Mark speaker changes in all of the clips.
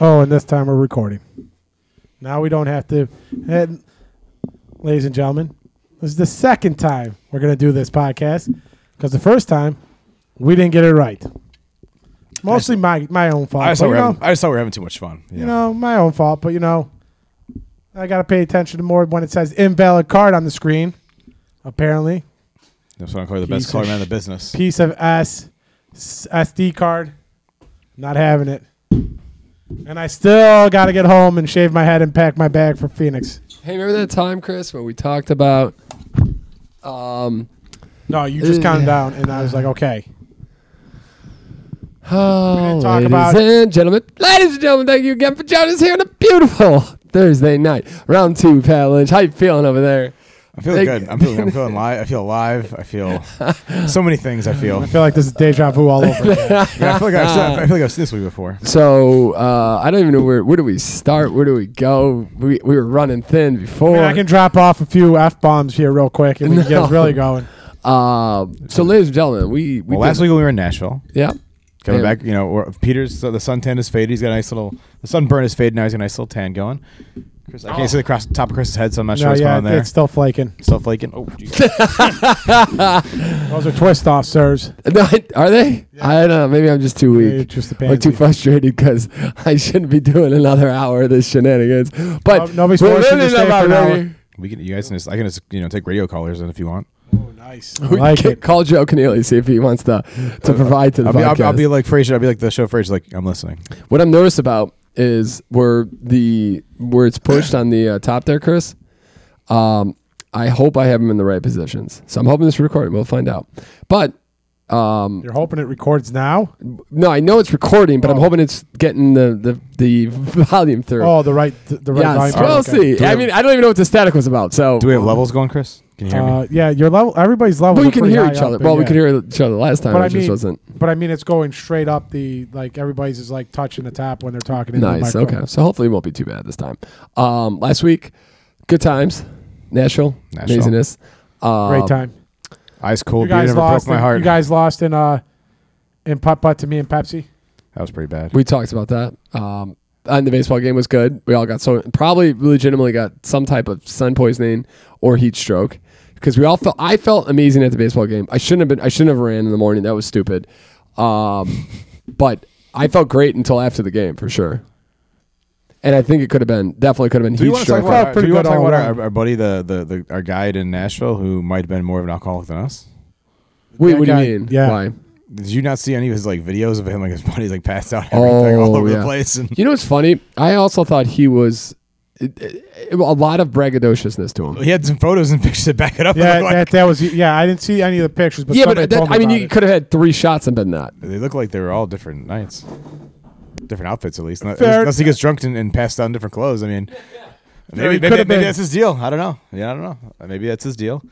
Speaker 1: Oh, and this time we're recording. Now we don't have to. And, ladies and gentlemen, this is the second time we're going to do this podcast because the first time we didn't get it right. Mostly my, my own fault.
Speaker 2: I just,
Speaker 1: but,
Speaker 2: thought we
Speaker 1: you,
Speaker 2: were
Speaker 1: know,
Speaker 2: having, I just thought we were having too much fun.
Speaker 1: you know, my own fault, but you know, I got to pay attention to more when it says invalid card on the screen, apparently.
Speaker 2: that's what I call you the
Speaker 1: Piece
Speaker 2: best color
Speaker 1: of
Speaker 2: man in the business.
Speaker 1: piece of S s- SD card. Not having it. And I still got to get home and shave my head and pack my bag for Phoenix.
Speaker 3: Hey, remember that time, Chris, when we talked about um
Speaker 1: No, you just calmed
Speaker 3: Ugh.
Speaker 1: down, and I was like, okay.
Speaker 3: oh,
Speaker 1: talk
Speaker 3: ladies
Speaker 1: about-
Speaker 3: and gentlemen, ladies and gentlemen, thank you again for joining us here on a beautiful Thursday night, round two, Pat Lynch. How you feeling over there?
Speaker 2: I'm feeling
Speaker 3: Thank-
Speaker 2: good. I'm feeling. I'm feeling live. I feel alive. I feel so many things. I feel.
Speaker 1: I feel like this is deja vu all over. again.
Speaker 2: Yeah, I feel like I've, I feel like I've seen this movie before.
Speaker 3: So uh, I don't even know where where do we start? Where do we go? We we were running thin
Speaker 1: I,
Speaker 3: before.
Speaker 1: mean, I can drop off a few f bombs here real quick, and we can get us
Speaker 3: No.
Speaker 1: really going.
Speaker 3: Um, so, ladies and gentlemen, we we
Speaker 2: Well, last
Speaker 3: did-
Speaker 2: week we were in Nashville.
Speaker 3: yeah.
Speaker 2: Coming
Speaker 3: Yeah.
Speaker 2: back, you know, or Peter's so the suntan is faded. He's got a nice little the sunburn is faded. Now he's got a nice little tan going. Chris, I can't see the cross, top of Chris's head, so I'm not sure
Speaker 1: Oh. no,
Speaker 2: what's
Speaker 1: yeah,
Speaker 2: going on there.
Speaker 1: it's still flaking.
Speaker 2: Still flaking. Oh, geez.
Speaker 1: Those are twist offs, sirs.
Speaker 3: No, I- are they? I don't know. Maybe I'm just too
Speaker 1: You're
Speaker 3: weak.
Speaker 1: Just a
Speaker 3: Or too
Speaker 1: pansy.
Speaker 3: frustrated because I shouldn't be doing another hour of this shenanigans. But
Speaker 1: No- nobody's
Speaker 3: we're
Speaker 1: forcing you
Speaker 3: learning
Speaker 1: to stay
Speaker 3: about
Speaker 1: for an
Speaker 3: radio.
Speaker 2: we can. You guys can. Just, I can just you know take radio callers in if you want.
Speaker 1: Oh, nice. I
Speaker 3: We
Speaker 1: like
Speaker 3: can
Speaker 1: it. Uh,
Speaker 3: call Joe Keneally, see if he wants to to provide to the
Speaker 2: I'll be,
Speaker 3: podcast.
Speaker 2: I'll, be- I'll be like Frazier. I'll be like the show Frazier. Like I'm listening.
Speaker 3: what I'm nervous about is where the where it's pushed on the uh, top there, Chris. Um, I hope I have him in the right positions. So I'm hoping this is recording. We'll find out. But um,
Speaker 1: You're hoping it records now?
Speaker 3: no, I know it's recording, but I'm
Speaker 1: Oh.
Speaker 3: hoping it's getting the the, the volume through.
Speaker 1: Oh, the right, the right
Speaker 3: yes,
Speaker 1: volume.
Speaker 3: we'll
Speaker 1: Okay.
Speaker 3: see. I mean, I don't even know what the static was about. So
Speaker 2: Do we
Speaker 1: Uh-huh.
Speaker 2: have levels going, Chris? Can you hear me?
Speaker 1: Uh, yeah, your level. Everybody's level.
Speaker 3: Well, you can hear each other. Well, we could hear each other last time.
Speaker 1: But
Speaker 3: it
Speaker 1: I
Speaker 3: just
Speaker 1: mean-
Speaker 3: wasn't
Speaker 1: But I mean, it's going straight up the like everybody's is like touching the top when they're talking. Into
Speaker 3: nice.
Speaker 1: The
Speaker 3: Okay,
Speaker 1: microphone.
Speaker 3: so hopefully it won't be too bad this time. Um, last week, good times. Nashville,
Speaker 2: Nashville.
Speaker 3: amazingness. Um,
Speaker 1: Great time.
Speaker 2: Ice
Speaker 1: You
Speaker 2: cold beer
Speaker 1: guys
Speaker 2: never
Speaker 1: lost.
Speaker 2: broke my
Speaker 1: in-
Speaker 2: heart.
Speaker 1: You guys lost in uh in putt putt to me and Pepsi.
Speaker 2: that was pretty bad.
Speaker 3: We talked about that. Um, and the baseball game was good. We all got so probably legitimately got some type of sun poisoning or heat stroke because we all felt. I felt amazing at the baseball game. I shouldn't have been. I shouldn't have ran in the morning. That was stupid. Um, but I felt great until after the game for sure. And I think it could have been definitely could have been
Speaker 2: Do you
Speaker 3: heat
Speaker 2: want to talk
Speaker 3: stroke.
Speaker 1: Felt
Speaker 2: about, do
Speaker 1: pretty
Speaker 2: you want to
Speaker 1: good
Speaker 2: talk
Speaker 1: all
Speaker 2: about
Speaker 1: around.
Speaker 2: our, our buddy, the, the, the our guide in Nashville, who might have been more of an alcoholic than us?
Speaker 3: Wait,
Speaker 1: That
Speaker 3: what do
Speaker 1: guy-
Speaker 3: you mean?
Speaker 1: yeah.
Speaker 3: Why?
Speaker 2: Did you not see any of his like videos of him like his buddies like passed out
Speaker 3: Oh,
Speaker 2: everything all over
Speaker 3: yeah.
Speaker 2: the place? And
Speaker 3: You know what's funny? I also thought he was it, it- it- a lot of braggadociousness to him.
Speaker 2: he had some photos and pictures to back it up. They
Speaker 1: Yeah,
Speaker 2: look like,
Speaker 1: that, that was. Yeah, I didn't see any of the pictures, but
Speaker 3: yeah,
Speaker 1: somebody
Speaker 3: but that,
Speaker 1: told me
Speaker 3: I mean,
Speaker 1: about
Speaker 3: you
Speaker 1: it.
Speaker 3: could have had three shots and been that.
Speaker 2: they look like they were all different nights, different outfits at least. Unless,
Speaker 1: Fair.
Speaker 2: unless he gets drunk and, and passed out in different clothes. I mean,
Speaker 1: Fair, he
Speaker 2: maybe
Speaker 1: could
Speaker 2: maybe,
Speaker 1: have
Speaker 2: maybe
Speaker 1: been.
Speaker 2: that's his deal. I don't know. Yeah, I don't know. Maybe that's his deal.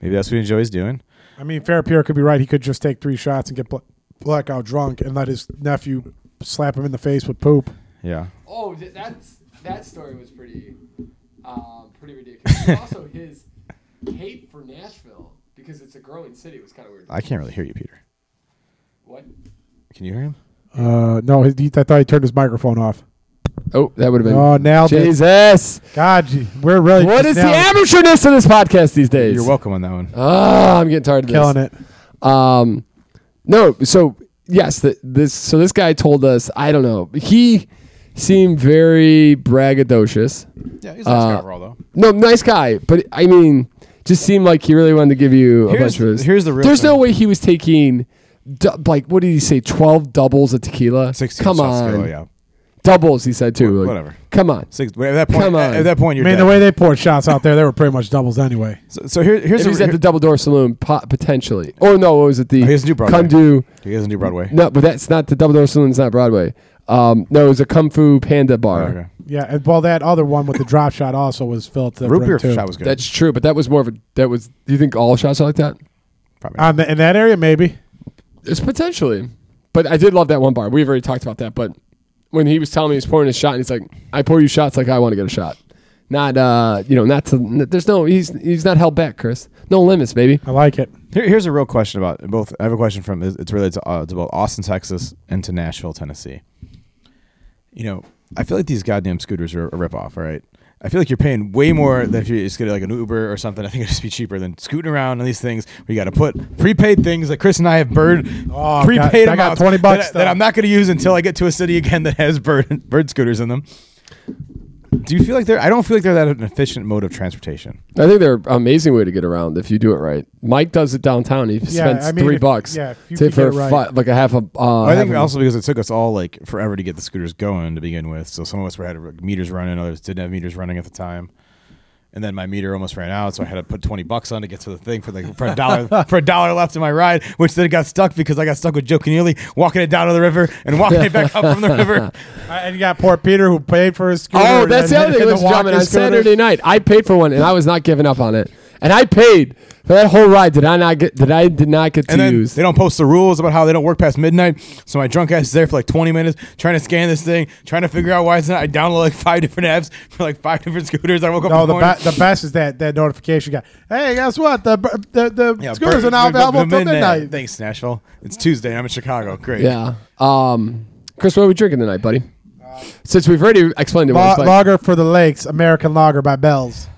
Speaker 2: Maybe that's what he enjoys doing.
Speaker 1: I mean, Fair Pierre could be right. He could just take three shots and get bla- blackout drunk and let his nephew slap him in the face with poop.
Speaker 2: Yeah.
Speaker 3: Oh, that's that story was pretty, um, pretty ridiculous. also, his hate for Nashville because it's a growing city was kind of weird.
Speaker 2: I can't really hear you, Peter.
Speaker 3: What?
Speaker 2: Can you hear him?
Speaker 1: Uh, no, he, I thought he turned his microphone off.
Speaker 3: Oh, that would have been.
Speaker 1: Oh, nailed it.
Speaker 3: Jesus!
Speaker 1: God, gee, we're really
Speaker 3: What
Speaker 1: just
Speaker 3: is the
Speaker 1: now
Speaker 3: amateurness of this podcast these days?
Speaker 2: You're welcome on that one.
Speaker 3: Ah, I'm getting tired of this.
Speaker 1: killing it.
Speaker 3: Um, no, so yes, th this so this guy told us. I don't know. He seemed very braggadocious.
Speaker 2: Yeah, he's
Speaker 3: nice guy uh,
Speaker 2: overall though.
Speaker 3: No, nice guy, but I mean, just seemed like he really wanted to give you a
Speaker 2: Here's-
Speaker 3: bunch of. His.
Speaker 2: here's the real
Speaker 3: There's no
Speaker 2: thing.
Speaker 3: way he was taking. Du- like what did he say? Twelve doubles of tequila.
Speaker 2: Sixteen
Speaker 3: Come
Speaker 2: shots
Speaker 3: on,
Speaker 2: tequila, oh, yeah.
Speaker 3: doubles. He said too.
Speaker 2: Wha-
Speaker 3: Like,
Speaker 2: whatever.
Speaker 3: Come on.
Speaker 2: Six, at that point,
Speaker 3: Come on.
Speaker 2: At, at that
Speaker 1: I
Speaker 2: point, you're
Speaker 1: mean,
Speaker 2: dead.
Speaker 1: the way they poured shots out there, they were pretty much doubles anyway.
Speaker 2: so, so here, here's
Speaker 3: If
Speaker 2: a,
Speaker 3: he's at the Double Door Saloon, po- potentially. Or no, what was it? The
Speaker 2: Oh, here's New Broadway.
Speaker 3: Kundu.
Speaker 2: he doesn't do Broadway.
Speaker 3: No, but that's not the Double Door Saloon. It's not Broadway. Um, no, it was a Kung Fu Panda bar.
Speaker 2: Okay.
Speaker 1: Yeah, and well, that other one with the drop shot also was filled to the
Speaker 2: Root
Speaker 1: brim,
Speaker 2: beer
Speaker 1: too.
Speaker 2: shot was good.
Speaker 3: That's true, but that was more of a. That was. Do you think all shots are like that?
Speaker 2: Probably.
Speaker 1: On the, in that area, maybe.
Speaker 3: It's potentially, but I did love that one bar. We've already talked about that, but when he was telling me he was pouring his shot, and he's like, "I pour you shots like I want to get a shot." Not, uh, you know, not to. n- There's no. He's he's not held back, Chris. No limits, baby.
Speaker 1: I like it.
Speaker 2: Here, here's a real question about both. I have a question from. It's related to, uh, to both Austin, Texas, and to Nashville, Tennessee. You know, I feel like these goddamn scooters are a ripoff. All right, I feel like you're paying way more than if you just get like an Uber or something. I think it'd just be cheaper than scooting around on these things. We got to put prepaid things that Chris and I have bird
Speaker 1: Oh,
Speaker 2: prepaid
Speaker 1: God, I got
Speaker 2: amounts
Speaker 1: 20 bucks,
Speaker 2: that, that
Speaker 1: though.
Speaker 2: I'm not going to use until I get to a city again that has bird bird scooters in them. Do you feel like they're? I don't feel like they're that an efficient mode of transportation.
Speaker 3: I think they're an amazing way to get around if you do it right. Mike does it downtown. He spends
Speaker 1: I mean,
Speaker 3: three
Speaker 1: if-
Speaker 3: bucks
Speaker 1: yeah, if you
Speaker 3: to,
Speaker 1: could
Speaker 3: for
Speaker 1: get it right.
Speaker 3: fi- like a half a. Uh,
Speaker 2: I think
Speaker 3: half a-
Speaker 2: also because it took us all like forever to get the scooters going to begin with. So some of us were had meters running, others didn't have meters running at the time. And then my meter almost ran out, so I had to put twenty bucks on to get to the thing for like for a dollar for a dollar left in my ride, which then got stuck because I got stuck with Joe Keneally walking it down to the river and walking it back up from the river.
Speaker 1: I- and you got poor Peter who paid for his scooter.
Speaker 3: Oh,
Speaker 1: and
Speaker 3: that's the
Speaker 1: then
Speaker 3: other thing,
Speaker 1: had to
Speaker 3: ladies and
Speaker 1: walk
Speaker 3: gentlemen. On
Speaker 1: his scooter.
Speaker 3: Saturday night, I paid for one, and I was not giving up on it. And I paid for that whole ride. Did I not get? Did I did not get to
Speaker 2: And then
Speaker 3: use?
Speaker 2: they don't post the rules about how they don't work past midnight. So my drunk ass is there for like 20 minutes trying to scan this thing, trying to figure out why it's not. I downloaded like five different apps for like five different scooters. I woke up. in
Speaker 1: No, the,
Speaker 2: morning.
Speaker 1: be- the best is that that notification you got. Hey, guess what? The bur- the, the
Speaker 2: Yeah,
Speaker 1: scooters
Speaker 2: Bert-
Speaker 1: are now
Speaker 2: Bert- Bert-
Speaker 1: available till midnight.
Speaker 2: Thanks, Nashville. It's Tuesday. and I'm in Chicago. Great.
Speaker 3: Yeah. Um, Chris, what are we drinking tonight, buddy? Since we've already explained it,
Speaker 1: La-
Speaker 3: once, but
Speaker 1: lager for the lakes, American Lager by Bell's.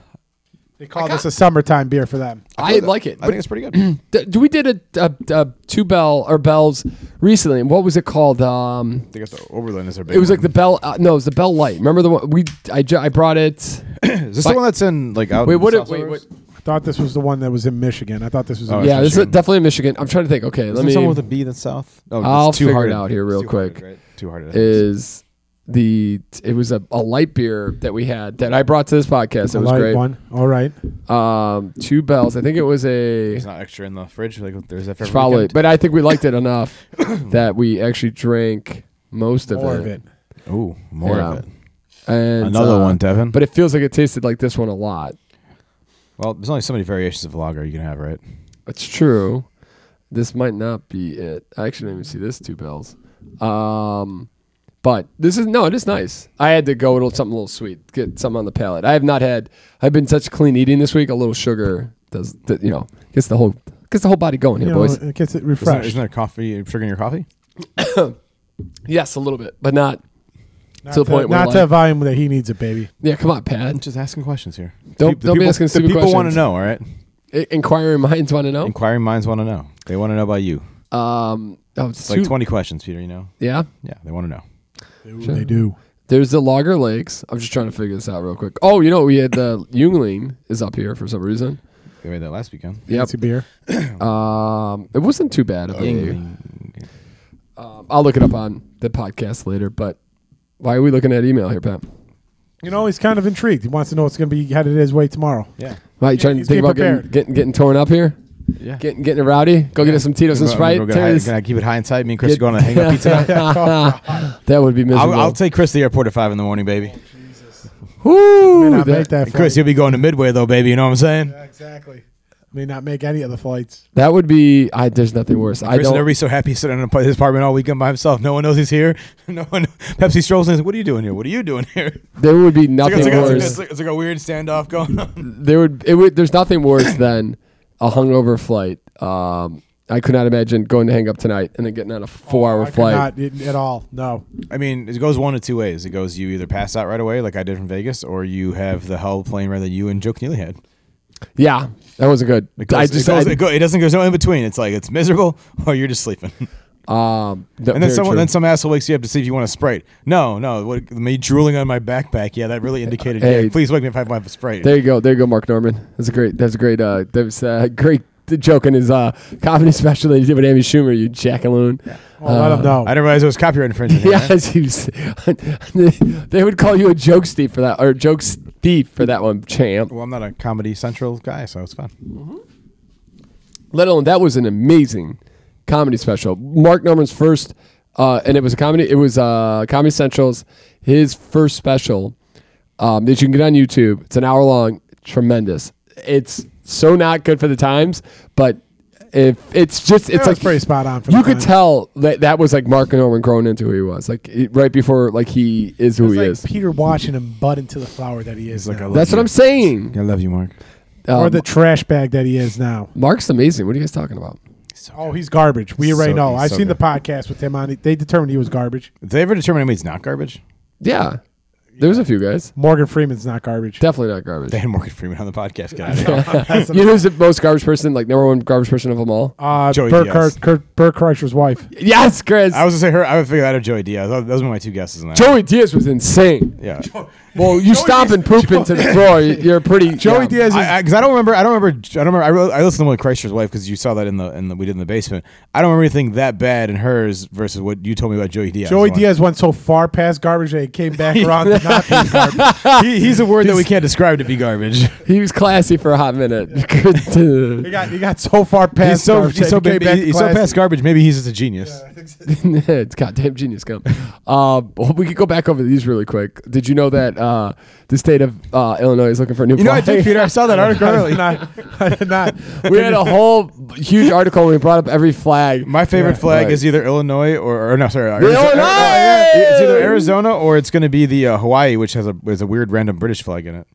Speaker 1: They call this a summertime beer for them.
Speaker 3: I like it.
Speaker 2: I think it's pretty good.
Speaker 3: D- do we did a, a, a two bell or bells recently? And what was it called? Um,
Speaker 2: I think it's the Overland is their big.
Speaker 3: it was like the bell. Uh, no, it was the bell light. Remember the one we? I, ju- I brought it.
Speaker 2: Is this the one that's in like out?
Speaker 3: Wait,
Speaker 2: in
Speaker 3: what?
Speaker 2: South
Speaker 3: It, wait,
Speaker 2: Suburbs?
Speaker 3: wait.
Speaker 1: I thought this was the one that was in Michigan. I thought this was.
Speaker 2: Oh,
Speaker 1: in
Speaker 2: it's
Speaker 3: Yeah, this is
Speaker 2: Michigan.
Speaker 3: definitely Michigan. I'm trying to think. Okay, let
Speaker 2: Isn't someone
Speaker 3: me.
Speaker 2: with a B that's south? Oh,
Speaker 3: I'll
Speaker 2: it's two
Speaker 3: figure it
Speaker 2: hearted.
Speaker 3: out here real
Speaker 2: It's two-hearted,
Speaker 3: quick.
Speaker 2: right? Two hearted.
Speaker 3: is the it was a, a light beer that we had that I brought to this podcast. It
Speaker 1: a
Speaker 3: was
Speaker 1: light
Speaker 3: great.
Speaker 1: one. All right.
Speaker 3: Um, two bells. I think it was a
Speaker 2: It's not extra in the fridge. Like there's that for
Speaker 3: it's
Speaker 2: every
Speaker 3: probably,
Speaker 2: weekend?
Speaker 3: but I think we liked it enough that we actually drank most of
Speaker 1: More
Speaker 3: it.
Speaker 1: of it.
Speaker 2: Ooh, more
Speaker 3: Yeah.
Speaker 2: of it.
Speaker 3: And,
Speaker 2: Another
Speaker 3: uh,
Speaker 2: one, Devin.
Speaker 3: But it feels like it tasted like this one a lot.
Speaker 2: well, there's only so many variations of lager you can have, right?
Speaker 3: It's true. This might not be it. Actually, let me see this two bells. Um, but this is no, it is nice. I had to go with something a little sweet, get something on the palate. I have not had. I've been such clean eating this week. A little sugar does, th- you know, gets the whole gets the whole body going here,
Speaker 1: You know,
Speaker 3: boys.
Speaker 1: it gets it
Speaker 2: Isn't there,
Speaker 1: refreshed.
Speaker 2: isn't there coffee sugar in your coffee?
Speaker 3: Yes, a little bit, but not.
Speaker 1: Not
Speaker 3: to the point where,
Speaker 1: Not
Speaker 3: like-
Speaker 1: to the volume that he needs it, baby.
Speaker 3: Yeah, come on, Pat.
Speaker 2: just asking questions here.
Speaker 3: Don't-
Speaker 2: The
Speaker 3: don't be
Speaker 2: people-
Speaker 3: asking
Speaker 2: The
Speaker 3: stupid
Speaker 2: people want to
Speaker 3: questions.
Speaker 2: know. All right.
Speaker 3: I- inquiring minds want to know.
Speaker 2: Inquiring minds want to know. They want to know about you.
Speaker 3: Um, oh,
Speaker 2: It's
Speaker 3: it's
Speaker 2: like
Speaker 3: two-
Speaker 2: 20 questions, Peter. You know.
Speaker 3: Yeah,
Speaker 2: Yeah, they want to know.
Speaker 1: Ooh,
Speaker 3: Sure.
Speaker 1: They do.
Speaker 3: There's the Lager Lakes. I'm just trying to figure this out real quick. Oh, you know, we had the Yingling is up here for some reason.
Speaker 2: We made that last weekend.
Speaker 3: Yep.
Speaker 1: Fancy beer.
Speaker 3: Um, it wasn't too bad. Of a, um, I'll look it up on the podcast later. But why are we looking at email here, Pat?
Speaker 1: You know, he's kind of intrigued. He wants to know what's going to be headed his way tomorrow.
Speaker 2: Yeah.
Speaker 3: Why are you trying to
Speaker 1: he's
Speaker 3: think
Speaker 1: getting
Speaker 3: about getting,
Speaker 1: prepared.
Speaker 3: getting getting torn up here?
Speaker 2: Yeah.
Speaker 3: Getting getting rowdy? Go get us some Tito's and Sprite.
Speaker 2: Can
Speaker 3: Terry's-
Speaker 2: I keep it high and tight? Me and Chris are
Speaker 3: Get-
Speaker 2: going to hang up pizza. night?
Speaker 1: "Oh."
Speaker 3: that would be miserable.
Speaker 2: I'll, I'll take Chris to the airport at five in the morning, baby.
Speaker 1: May
Speaker 3: Woo,
Speaker 1: not
Speaker 3: that,
Speaker 1: make that
Speaker 2: And Chris,
Speaker 1: flight.
Speaker 2: you'll be going to Midway though, baby. You know what I'm saying?
Speaker 1: Yeah, exactly. May not make any of the flights.
Speaker 3: that would be. I, there's nothing worse. I
Speaker 2: Chris will never
Speaker 3: don't.
Speaker 2: be so happy sitting in a- his apartment all weekend by himself. No one knows he's here. No one. Pepsi strolls in. and says, What are you doing here? What are you doing here?
Speaker 3: There would be
Speaker 2: It's like,
Speaker 3: nothing
Speaker 2: it's, like, it's, like,
Speaker 3: worse.
Speaker 2: it's like- it's like a weird standoff going on.
Speaker 3: there would it would there's nothing worse than a hungover flight. Um, I could not imagine going to hang up tonight and then getting
Speaker 2: Oh,
Speaker 3: on a four hour
Speaker 1: I could
Speaker 3: flight.
Speaker 1: Not it- at all. No.
Speaker 2: I mean, it goes one of two ways. It goes you either pass out right away, like I did from Vegas, or you have the hell plane ride that you and Joe Keneally had.
Speaker 3: Yeah, that wasn't good.
Speaker 2: It goes,
Speaker 3: I just
Speaker 2: it, goes,
Speaker 3: I-
Speaker 2: it, go, it doesn't. There's no in between. It's like it's miserable, or you're just sleeping.
Speaker 3: um,
Speaker 2: And
Speaker 3: th-
Speaker 2: then
Speaker 3: very
Speaker 2: someone,
Speaker 3: true.
Speaker 2: then some asshole wakes you up to see if you want a sprite. No, no, what, me drooling on my backpack. Yeah, that really indicated.
Speaker 3: Hey.
Speaker 2: yeah, please wake me if I have a sprite.
Speaker 3: there you go, there you go, Mark Norman. That's a great. That's a great. Uh, that was a great joke in his uh, comedy special that he did with Amy Schumer. You jackaloon.
Speaker 1: Well, Oh,
Speaker 3: Uh,
Speaker 1: let him know.
Speaker 2: I didn't realize it was copyright infringement.
Speaker 3: Yeah,
Speaker 2: Yeah.
Speaker 3: as you s- they would call you a joke thief for that, or joke thief for that one, champ.
Speaker 2: Well, I'm not a Comedy Central guy, so it's fine.
Speaker 3: let alone that was an amazing comedy special. Mark Norman's first, uh, and it was a comedy. It was uh, Comedy Central's his first special um, that you can get on YouTube. It's an hour long, tremendous. It's so not good for the times, but if it's just it's
Speaker 1: It's
Speaker 3: like
Speaker 1: pretty spot on. For
Speaker 3: you
Speaker 1: the
Speaker 3: could
Speaker 1: time.
Speaker 3: tell that that was like Mark Norman growing into who he was, like it- right before like he is who
Speaker 1: It's
Speaker 3: he
Speaker 1: like
Speaker 3: is.
Speaker 1: Peter Washington bud into the flower that he is.
Speaker 2: He's like,
Speaker 1: now.
Speaker 2: I love
Speaker 3: That's what
Speaker 2: you.
Speaker 3: I'm saying.
Speaker 2: I love you, Mark.
Speaker 1: or
Speaker 3: Um,
Speaker 1: the trash bag that he is now.
Speaker 3: Mark's amazing. What are you guys talking about?
Speaker 1: Oh, he's garbage. We already
Speaker 2: So-
Speaker 1: know.
Speaker 2: he's
Speaker 1: I've
Speaker 2: so
Speaker 1: seen
Speaker 2: good.
Speaker 1: the podcast with him on. it. They determined he was garbage.
Speaker 2: Did they ever determine anybody's not garbage?
Speaker 3: Yeah. There was a few guys.
Speaker 1: Morgan Freeman's not garbage.
Speaker 3: Definitely not garbage.
Speaker 2: They had Morgan Freeman on the podcast. Get out of here.
Speaker 3: you know who's the most garbage person, like number one garbage person of them all?
Speaker 1: Uh,
Speaker 2: Joey
Speaker 1: Bert,
Speaker 2: Diaz.
Speaker 1: Kurt, Kurt, Bert Kreischer's wife.
Speaker 3: Yes, Chris.
Speaker 2: I was gonna say her. I would figure that out Joey Diaz. Those those were my two guesses. On that.
Speaker 3: Joey Diaz was insane.
Speaker 2: yeah,
Speaker 3: Well, you stop and poop into the floor. you- You're pretty.
Speaker 1: Joey
Speaker 3: yeah.
Speaker 1: Diaz is.
Speaker 2: because I, 'cause I don't remember. I don't remember. I don't remember. I, re- I listened to one of Kreischer's wife because you saw that in the in the we did in the basement. I don't remember anything that bad in hers versus what you told me about Joey Diaz.
Speaker 1: Joey
Speaker 2: One.
Speaker 1: Diaz went so far past garbage that he came back around to not be garbage.
Speaker 2: He, he's a word that we can't describe to be garbage.
Speaker 3: He was classy for a hot minute. Good to-
Speaker 1: He got, he got so far past
Speaker 2: He's so
Speaker 1: garbage
Speaker 2: he's
Speaker 1: that
Speaker 2: so
Speaker 1: he came
Speaker 2: baby,
Speaker 1: back to
Speaker 2: he's so
Speaker 1: class.
Speaker 2: past garbage. Maybe he's just a genius.
Speaker 3: it's goddamn genius come. Uh, well, we could go back over these really quick. Did you know that uh, the state of uh, Illinois is looking for a new?
Speaker 2: You know, I
Speaker 3: flag?
Speaker 2: did, Peter. I saw that article
Speaker 1: I did
Speaker 2: early.
Speaker 1: not. I did not.
Speaker 3: we had a whole huge article where we brought up every flag.
Speaker 2: My favorite flag
Speaker 3: Right.
Speaker 2: is either Illinois or, or no, sorry, Oh,
Speaker 3: Illinois!
Speaker 2: It's either Arizona or it's going to be the uh, Hawaii, which has a is a weird random British flag in it.